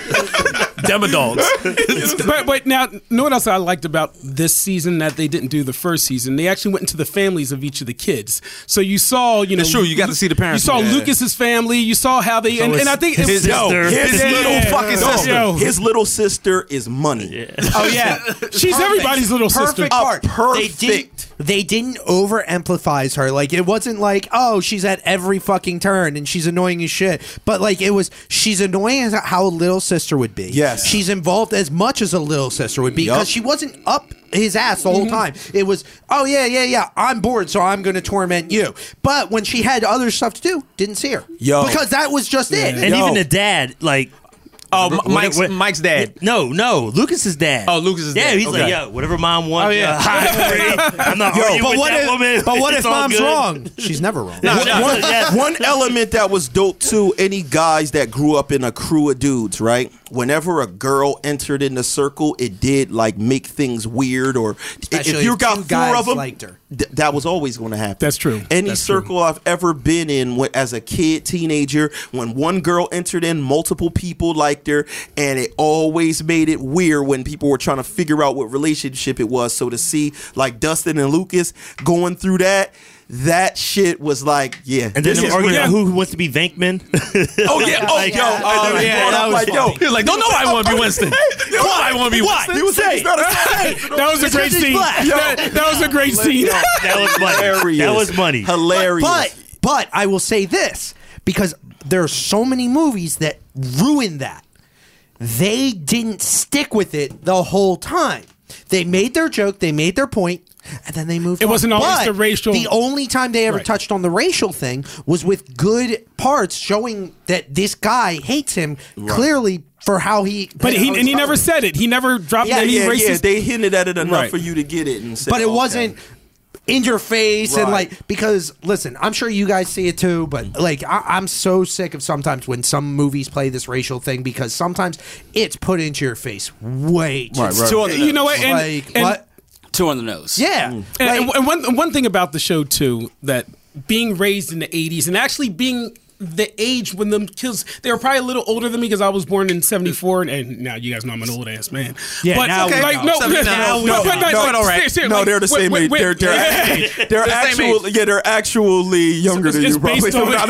Speaker 15: Demodogs.
Speaker 1: but, but now, know what else I liked about this season that they didn't do the first season? They actually went into the families of each of the kids. So you saw, you know,
Speaker 2: That's true. You got to see the parents.
Speaker 1: You saw
Speaker 2: Yeah.
Speaker 1: Lucas's family. You saw how they,
Speaker 2: So
Speaker 1: and, and I think
Speaker 2: his sister.
Speaker 6: his
Speaker 1: Yeah.
Speaker 6: little fucking
Speaker 1: Yo.
Speaker 6: sister. His little sister is money.
Speaker 1: Oh, yeah. She's everybody's little
Speaker 3: perfect
Speaker 1: sister.
Speaker 3: Part.
Speaker 1: A
Speaker 3: They didn't, they didn't over emphasize her. Like it wasn't like, oh, she's at every fucking turn and she's annoying as shit. But like it was, she's annoying as how a little sister would be. Yes, she's involved as much as a little sister would be
Speaker 8: Yup.
Speaker 3: because she wasn't up his ass the whole time. It was, oh yeah, yeah, yeah. I'm bored, so I'm going to torment you. But when she had other stuff to do, didn't see her.
Speaker 5: Yo.
Speaker 3: because that was just it.
Speaker 5: And even the dad, like. Oh,
Speaker 3: M- Mike's-
Speaker 5: Mike's dad. No, no, Lucas's dad. Oh, Lucas's
Speaker 2: dad.
Speaker 5: Yeah, he's
Speaker 2: Okay.
Speaker 5: like, yo, whatever mom wants.
Speaker 2: Oh, yeah.
Speaker 5: uh, high grade. I'm not
Speaker 6: Yo,
Speaker 5: arguing
Speaker 6: but
Speaker 5: with
Speaker 6: what
Speaker 5: that
Speaker 6: if-
Speaker 5: woman.
Speaker 3: But what
Speaker 5: It's
Speaker 3: if
Speaker 5: all
Speaker 3: mom's
Speaker 5: good.
Speaker 3: wrong? She's never wrong.
Speaker 6: Nah,
Speaker 5: Yeah.
Speaker 6: one,
Speaker 5: Yeah.
Speaker 6: one element that was dope too, any guys that grew up in a crew of dudes, right? Whenever a girl entered in the circle, it did like make things weird. Or
Speaker 3: Especially
Speaker 6: if you
Speaker 3: if
Speaker 6: got
Speaker 3: two
Speaker 6: four
Speaker 3: guys
Speaker 6: of them,
Speaker 3: liked her.
Speaker 6: th- that was always going to happen.
Speaker 1: That's true.
Speaker 6: Any
Speaker 1: That's true.
Speaker 6: circle I've ever been in when, as a kid, teenager, when one girl entered in, multiple people liked her, and it always made it weird when people were trying to figure out what relationship it was. So to see like Dustin and Lucas going through that. That shit was like, yeah.
Speaker 5: And then
Speaker 6: this
Speaker 5: they're
Speaker 6: is
Speaker 5: arguing
Speaker 6: weird.
Speaker 5: about who who wants to be Venkman.
Speaker 6: Oh yeah! Oh yo! Oh
Speaker 5: yeah, that
Speaker 6: yeah! I'm
Speaker 5: was
Speaker 6: like yo!
Speaker 5: funny. He was like, "Don't nobody wanna be Winston. Nobody wanna be Winston."
Speaker 6: He was saying,
Speaker 1: That was a great scene. That, that was a great scene.
Speaker 5: that was money. That was money.
Speaker 6: Hilarious.
Speaker 3: But, but I will say this because there are so many movies that ruin that. They didn't stick with it the whole time. They made their joke, they made their point, and then they moved.
Speaker 1: It
Speaker 3: on.
Speaker 1: wasn't always
Speaker 3: But
Speaker 1: the racial-
Speaker 3: The only time they ever
Speaker 1: Right.
Speaker 3: touched on the racial thing was with good parts showing that this guy hates him clearly for how he.
Speaker 1: But he and he never said it. He never dropped
Speaker 3: Yeah,
Speaker 1: any
Speaker 3: yeah,
Speaker 1: racist.
Speaker 3: yeah,
Speaker 6: they hinted at it enough
Speaker 1: Right.
Speaker 6: for you to get it, and say,
Speaker 3: but it
Speaker 6: okay.
Speaker 3: wasn't in your face and
Speaker 6: Right.
Speaker 3: like because listen i'm sure you guys see it too but like I, i'm so sick of sometimes when some movies play this racial thing because sometimes it's put into your face way too much.
Speaker 1: You know what? And,
Speaker 3: like,
Speaker 1: and-
Speaker 3: what?
Speaker 4: Two on the nose.
Speaker 3: yeah
Speaker 6: Mm.
Speaker 1: And,
Speaker 3: like,
Speaker 1: and- and one one thing about the show too that being raised in the '80s and actually being the age when them kids they were probably a little older than me because I was born in '74 and, and now you guys know I'm an old ass man.
Speaker 5: Yeah,
Speaker 1: but
Speaker 5: now we
Speaker 1: like
Speaker 5: know.
Speaker 1: no,
Speaker 5: Seventy- now we
Speaker 1: no,
Speaker 5: know.
Speaker 1: but- but-
Speaker 5: No,
Speaker 1: but
Speaker 5: all right.
Speaker 1: ser- ser-
Speaker 6: No,
Speaker 1: like,
Speaker 6: they're the
Speaker 1: wait,
Speaker 6: same
Speaker 1: wait,
Speaker 6: age.
Speaker 1: wait.
Speaker 6: They're they're act- they're actual. Yeah, they're actually younger than you. Probably.
Speaker 1: based
Speaker 6: So
Speaker 1: on-
Speaker 6: not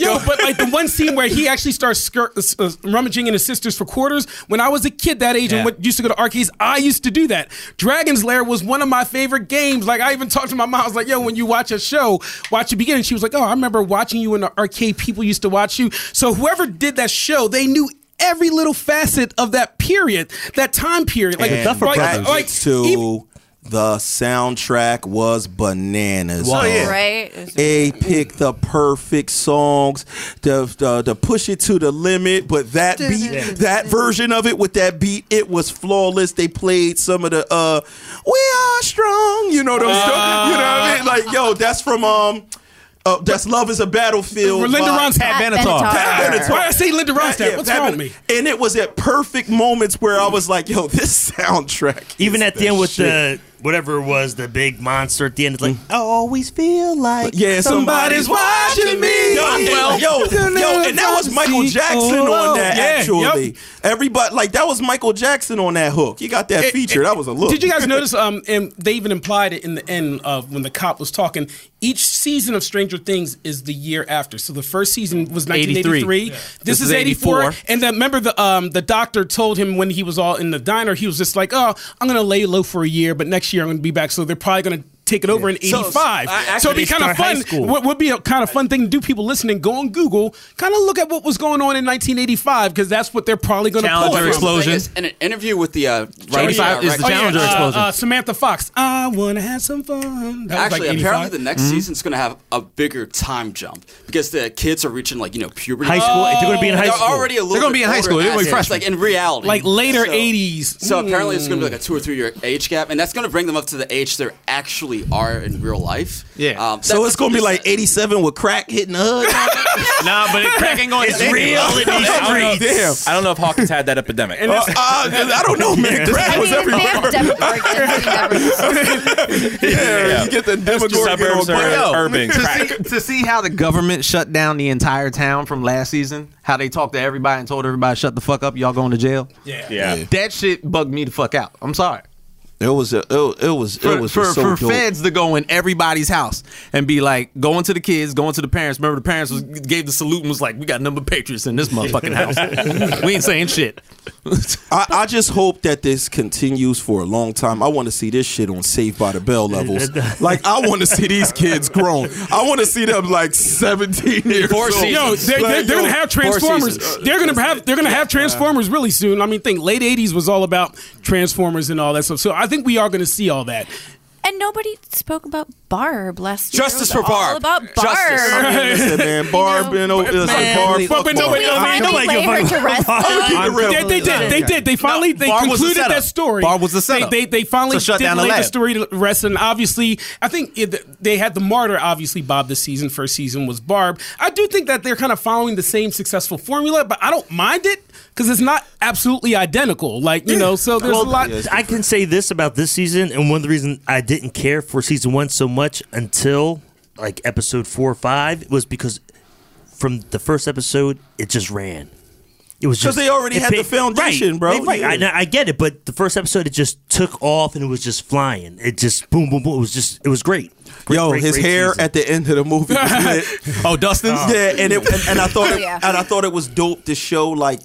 Speaker 1: Yo, but like the one scene where he actually starts skir- uh, s- uh, rummaging in his sisters for quarters. When I was a kid that age
Speaker 9: Yeah.
Speaker 1: and what used to go to arcades, I used to do that. Dragon's Lair was one of my favorite games. Like I even talked to my mom. I was like, "Yo, when you watch a show, watch the beginning." She was like, "Oh, I remember watching you in the arcade. People used to watch you." So whoever did that show, they knew. Every little facet of that period, that time period, like,
Speaker 6: And
Speaker 1: like,
Speaker 6: that
Speaker 1: like
Speaker 6: gets to the soundtrack was bananas.
Speaker 7: Oh,
Speaker 6: man.
Speaker 7: yeah. Right? It was-
Speaker 6: They picked the perfect songs to, to, to push it to the limit, but that beat, that version of it with that beat, it was flawless. They played some of the uh, "We Are Strong," you know those, you know what I mean? Like, yo, that's from um, uh, that's "Love Is a Battlefield."
Speaker 1: Linda
Speaker 6: by-
Speaker 1: Ronstadt. Pat Benatar.
Speaker 6: Pat Benatar.
Speaker 1: Why I say Linda
Speaker 6: Yeah,
Speaker 1: Ronstadt?
Speaker 6: yeah,
Speaker 1: What's
Speaker 6: Pat
Speaker 1: wrong with
Speaker 6: Ben-
Speaker 1: me?
Speaker 6: And it was at perfect moments where I was like, yo, this soundtrack.
Speaker 5: Even
Speaker 6: is
Speaker 5: at the end with
Speaker 6: shit.
Speaker 5: the whatever it was, the big monster at the end, it's like,
Speaker 3: I always feel like
Speaker 6: Yeah, somebody's watching me. Yo,
Speaker 5: Well-
Speaker 6: yo, yo, and that was Michael Jackson on that.
Speaker 1: Yeah,
Speaker 6: actually,
Speaker 1: yep.
Speaker 6: everybody like that was Michael Jackson on that hook. He got that
Speaker 1: It-
Speaker 6: feature.
Speaker 1: it-
Speaker 6: that was a look.
Speaker 1: Eh, Did you guys notice? Um, and they even implied it in the end of when the cop was talking. Each season of Stranger Things is the year after. So the first season was 1983.
Speaker 2: 83. Yeah.
Speaker 1: This, is 84. And then remember the um the doctor told him when he was all in the diner, he was just like, "Oh, I'm gonna lay low for a year, but next year I'm gonna be back." So they're probably gonna. taken over in
Speaker 15: So,
Speaker 1: '85.
Speaker 15: uh,
Speaker 1: So, it'd be
Speaker 15: activates
Speaker 1: kind
Speaker 15: our
Speaker 1: of
Speaker 15: high
Speaker 1: fun.
Speaker 15: school.
Speaker 1: What would be a kind of fun thing to do? People listening, go on Google, kind of look at what was going on in 1985 because that's what they're probably going to pull from.
Speaker 4: In an interview with the uh,
Speaker 1: Right,
Speaker 4: radio,
Speaker 1: uh,
Speaker 4: uh,
Speaker 1: right. Oh, yeah, uh, uh, Samantha Fox. I wanna have some fun. That was
Speaker 4: Actually,
Speaker 1: like 85.
Speaker 4: apparently the next
Speaker 1: Mm-hmm.
Speaker 4: season's going to have a bigger time jump because the kids are reaching like you know puberty.
Speaker 1: High school. They're gonna be in high
Speaker 4: They're
Speaker 1: school.
Speaker 4: already a
Speaker 1: They're
Speaker 4: little.
Speaker 1: gonna be in high school. They're gonna be
Speaker 4: fresh. Like
Speaker 1: freshmen.
Speaker 4: in reality,
Speaker 1: Like later
Speaker 4: So-
Speaker 1: 80s.
Speaker 4: So apparently it's going to
Speaker 1: Mm.
Speaker 4: be like a two or three year age gap, and that's going to bring them up to the age they actually are in real life. Yeah. Um,
Speaker 6: So it's gonna be like '87 with crack hitting the hood.
Speaker 9: nah, but it, crack ain't going.
Speaker 6: It's real in these streets.
Speaker 9: I don't know if Hawkins had that epidemic.
Speaker 6: And that's- Uh, I don't know, man. Crack was everywhere.
Speaker 9: yeah,
Speaker 6: you get the
Speaker 9: Suburbs
Speaker 6: demographic.
Speaker 9: are
Speaker 6: Yo,
Speaker 9: urban.
Speaker 2: to,
Speaker 9: Crack.
Speaker 2: see, to see how the government shut down the entire town from last season, how they talked to everybody and told everybody shut the fuck up, y'all going to jail.
Speaker 1: Yeah.
Speaker 2: yeah. That shit bugged me the fuck out. I'm sorry.
Speaker 6: It was a, it, it was
Speaker 2: For,
Speaker 6: it was
Speaker 2: for,
Speaker 6: so
Speaker 2: for
Speaker 6: dope.
Speaker 2: feds to go in everybody's house and be like going to the kids, going to the parents. Remember the parents was, gave the salute and was like, "We got a number of patriots in this motherfucking house. we ain't saying shit."
Speaker 6: I, I just hope that this continues for a long time. I want to see this shit on Saved by the Bell levels. Like I want to see these kids grown. I want to see them like seventeen years old.
Speaker 1: Yo, they're, they're,
Speaker 6: Like,
Speaker 1: they're
Speaker 6: yo,
Speaker 1: gonna have
Speaker 6: four
Speaker 1: Transformers.
Speaker 6: seasons.
Speaker 14: Uh,
Speaker 1: They're gonna have they're gonna have Transformers really soon. I mean, think late '80s was all about Transformers and all that stuff. So I think we are gonna see all that.
Speaker 7: And nobody spoke about Barb last year.
Speaker 1: Justice
Speaker 7: It was
Speaker 1: for Barb.
Speaker 7: All about Barb.
Speaker 6: I mean,
Speaker 7: Uh,
Speaker 6: listen, man, Barb been over. Listen, Barb,
Speaker 1: but, but no,
Speaker 6: fuck
Speaker 1: but, I mean,
Speaker 6: Barb.
Speaker 1: nobody
Speaker 7: lay
Speaker 1: gave a
Speaker 7: her
Speaker 1: fuck
Speaker 7: to rest?
Speaker 1: about Barb.
Speaker 7: I'm
Speaker 1: They- they,
Speaker 7: totally
Speaker 1: did.
Speaker 7: done.
Speaker 1: They did. They finally they
Speaker 2: Barb was the
Speaker 1: concluded
Speaker 2: setup.
Speaker 1: that story.
Speaker 2: Barb was the setup.
Speaker 1: They they, they finally
Speaker 2: To shut
Speaker 1: did
Speaker 2: down the
Speaker 1: lay
Speaker 2: lab.
Speaker 1: story to rest, and obviously, I think it, they had the martyr. Obviously, Bob this season. First season was Barb. I do think that they're kind of following the same successful formula, but I don't mind it because it's not absolutely identical. Like you know, so there's
Speaker 5: Well,
Speaker 1: a lot.
Speaker 5: I can say this about this season, and one of the reasons I didn't care for season one so much until like episode four or five was because from the first episode it just ran. It was
Speaker 6: 'Cause
Speaker 5: just
Speaker 6: they already
Speaker 5: it
Speaker 6: had the
Speaker 5: ba-
Speaker 6: foundation,
Speaker 5: right,
Speaker 6: bro.
Speaker 5: they- Right, I-
Speaker 6: Yeah.
Speaker 5: I, get it, but the first episode it just took off and it was just flying. It just boom, boom, boom. It was just it was great. Great,
Speaker 6: Yo,
Speaker 5: great,
Speaker 6: his
Speaker 5: great
Speaker 6: hair
Speaker 5: season.
Speaker 6: at the end of the movie was lit.
Speaker 2: oh, Dustin's?
Speaker 6: Yeah, and it and, and I thought it,
Speaker 5: Yeah.
Speaker 6: and I thought it was dope to show like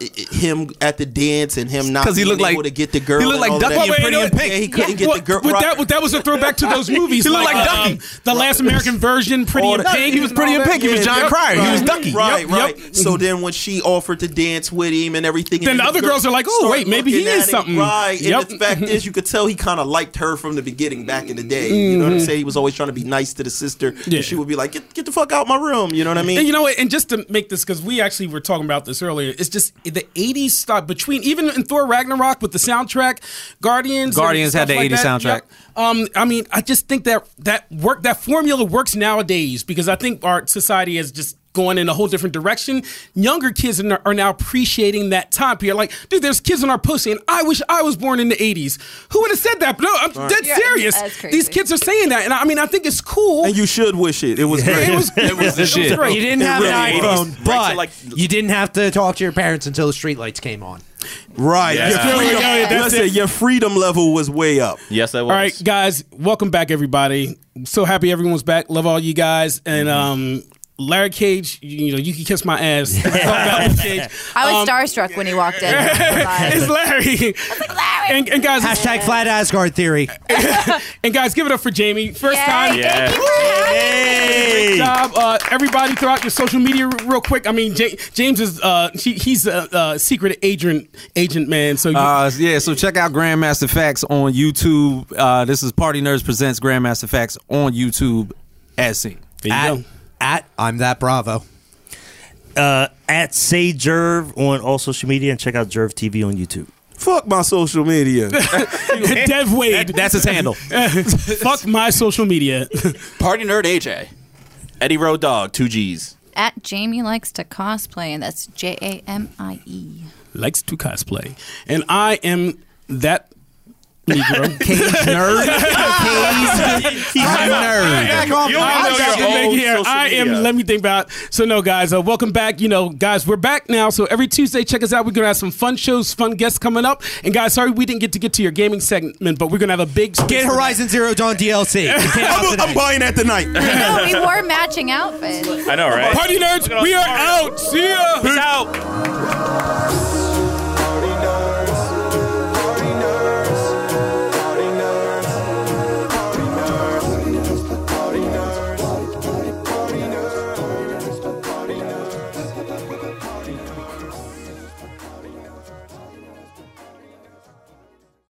Speaker 6: i- i- him at the dance and him not
Speaker 2: 'Cause he
Speaker 6: being
Speaker 2: looked like-
Speaker 6: able to get the girl.
Speaker 2: he looked like
Speaker 6: all
Speaker 2: Ducky
Speaker 6: that.
Speaker 2: and Pretty
Speaker 6: Yeah,
Speaker 2: in Pink.
Speaker 6: he couldn't get the girl.
Speaker 1: But
Speaker 6: right.
Speaker 1: that, that was a throwback to those movies.
Speaker 6: He looked like
Speaker 1: um,
Speaker 6: Ducky.
Speaker 1: the Last American Version, Pretty
Speaker 6: All
Speaker 1: and
Speaker 6: that-
Speaker 1: Pink.
Speaker 6: all that. Yeah, yep, right. Right,
Speaker 1: Yep,
Speaker 6: right.
Speaker 1: yep.
Speaker 6: So then when she offered to dance with him and everything,
Speaker 1: Then
Speaker 6: and
Speaker 1: the other girls are like, "Oh,
Speaker 6: started
Speaker 1: wait, maybe he
Speaker 6: looking
Speaker 1: is
Speaker 6: at him."
Speaker 1: something.
Speaker 6: Right.
Speaker 1: Yep.
Speaker 6: And the fact is, you could tell he kind of liked her from the beginning back in the day. You know what I'm
Speaker 1: Mhm.
Speaker 6: saying? He was always trying to be nice to the sister.
Speaker 1: Yeah.
Speaker 6: And she would be like, get, get the fuck out my room. You know what I mean?
Speaker 1: And you know what? And just to make this, because we actually were talking about this earlier, it's just the 80s stuff between, even in Thor Ragnarok with the soundtrack, Guardians. and
Speaker 2: Guardians had
Speaker 1: stuff
Speaker 2: the
Speaker 1: like
Speaker 2: 80s
Speaker 1: that,
Speaker 2: soundtrack.
Speaker 1: yep. Um, I mean, I just think that that work, that formula works nowadays because I think our society has just gone in a whole different direction. Younger kids are are now appreciating that time period. Like, dude, there's kids on our post saying, I wish I was born in the 80s. Who would have said that? But no, I'm
Speaker 6: Right.
Speaker 1: dead
Speaker 6: Yeah,
Speaker 1: serious.
Speaker 6: that's crazy.
Speaker 1: These kids are saying that. And I, I mean, I think it's cool.
Speaker 6: And you should wish it. It was great.
Speaker 1: It was- it was- it was great.
Speaker 3: You didn't
Speaker 1: It
Speaker 3: have
Speaker 1: really
Speaker 3: an
Speaker 1: was.
Speaker 3: iPhone, but you didn't have to talk to your parents until the streetlights came on.
Speaker 6: Right.
Speaker 3: Yeah.
Speaker 6: Your
Speaker 3: Yeah.
Speaker 6: freedom,
Speaker 3: Yeah, yeah, that's
Speaker 6: listen,
Speaker 3: it.
Speaker 6: your freedom level was way up.
Speaker 9: Yes, I
Speaker 1: All right, guys, welcome back, everybody. So happy everyone's back. Love all you guys. And um, Larry Cage, you, you know, you can kiss my ass. Talk about Larry Cage.
Speaker 7: I was
Speaker 1: Um,
Speaker 7: starstruck when he walked in.
Speaker 1: it's Larry. Larry. And, and guys,
Speaker 3: hashtag flat Asgard theory.
Speaker 1: and guys, give it up for Jamie. First time.
Speaker 3: thank Yeah. you for
Speaker 1: Great job, uh, everybody. Throw out your social media r- real quick. I mean, Ja- James is uh, she, he's a uh, secret agent agent man. So you,
Speaker 2: Uh, yeah, so check out Grandmaster Facts on YouTube. Uh, this is Party Nerds presents Grandmaster Facts on YouTube, as seen.
Speaker 5: At-
Speaker 3: at I'm that Bravo.
Speaker 5: Uh, at say Jerv on all social media and check out Jerv TV on YouTube.
Speaker 6: Fuck my social media.
Speaker 1: Dev Wade.
Speaker 2: that's his handle.
Speaker 1: Fuck my social media.
Speaker 9: Party nerd AJ. Eddie Road Dog, two G's.
Speaker 7: At Jamie likes to cosplay, and that's J A M I E.
Speaker 1: likes to cosplay, and I am that. Negro. Cage
Speaker 3: nerd.
Speaker 1: He's
Speaker 3: a nerd.
Speaker 1: I am,
Speaker 3: You don't know your
Speaker 1: I got you back
Speaker 3: own
Speaker 1: here.
Speaker 3: social
Speaker 1: I am.
Speaker 3: media.
Speaker 1: Let me think about. So no, guys. Uh, welcome back. You know, guys, we're back now. So every Tuesday, check us out. We're gonna have some fun shows, fun guests coming up. And guys, sorry we didn't get to get to your gaming segment, but we're gonna have a big
Speaker 3: Get Horizon Zero Dawn DLC.
Speaker 1: I'm,
Speaker 6: buying that tonight.
Speaker 7: No, we wore matching outfits.
Speaker 9: I know, right?
Speaker 1: Party nerds, we are out. See ya.
Speaker 9: Peace out.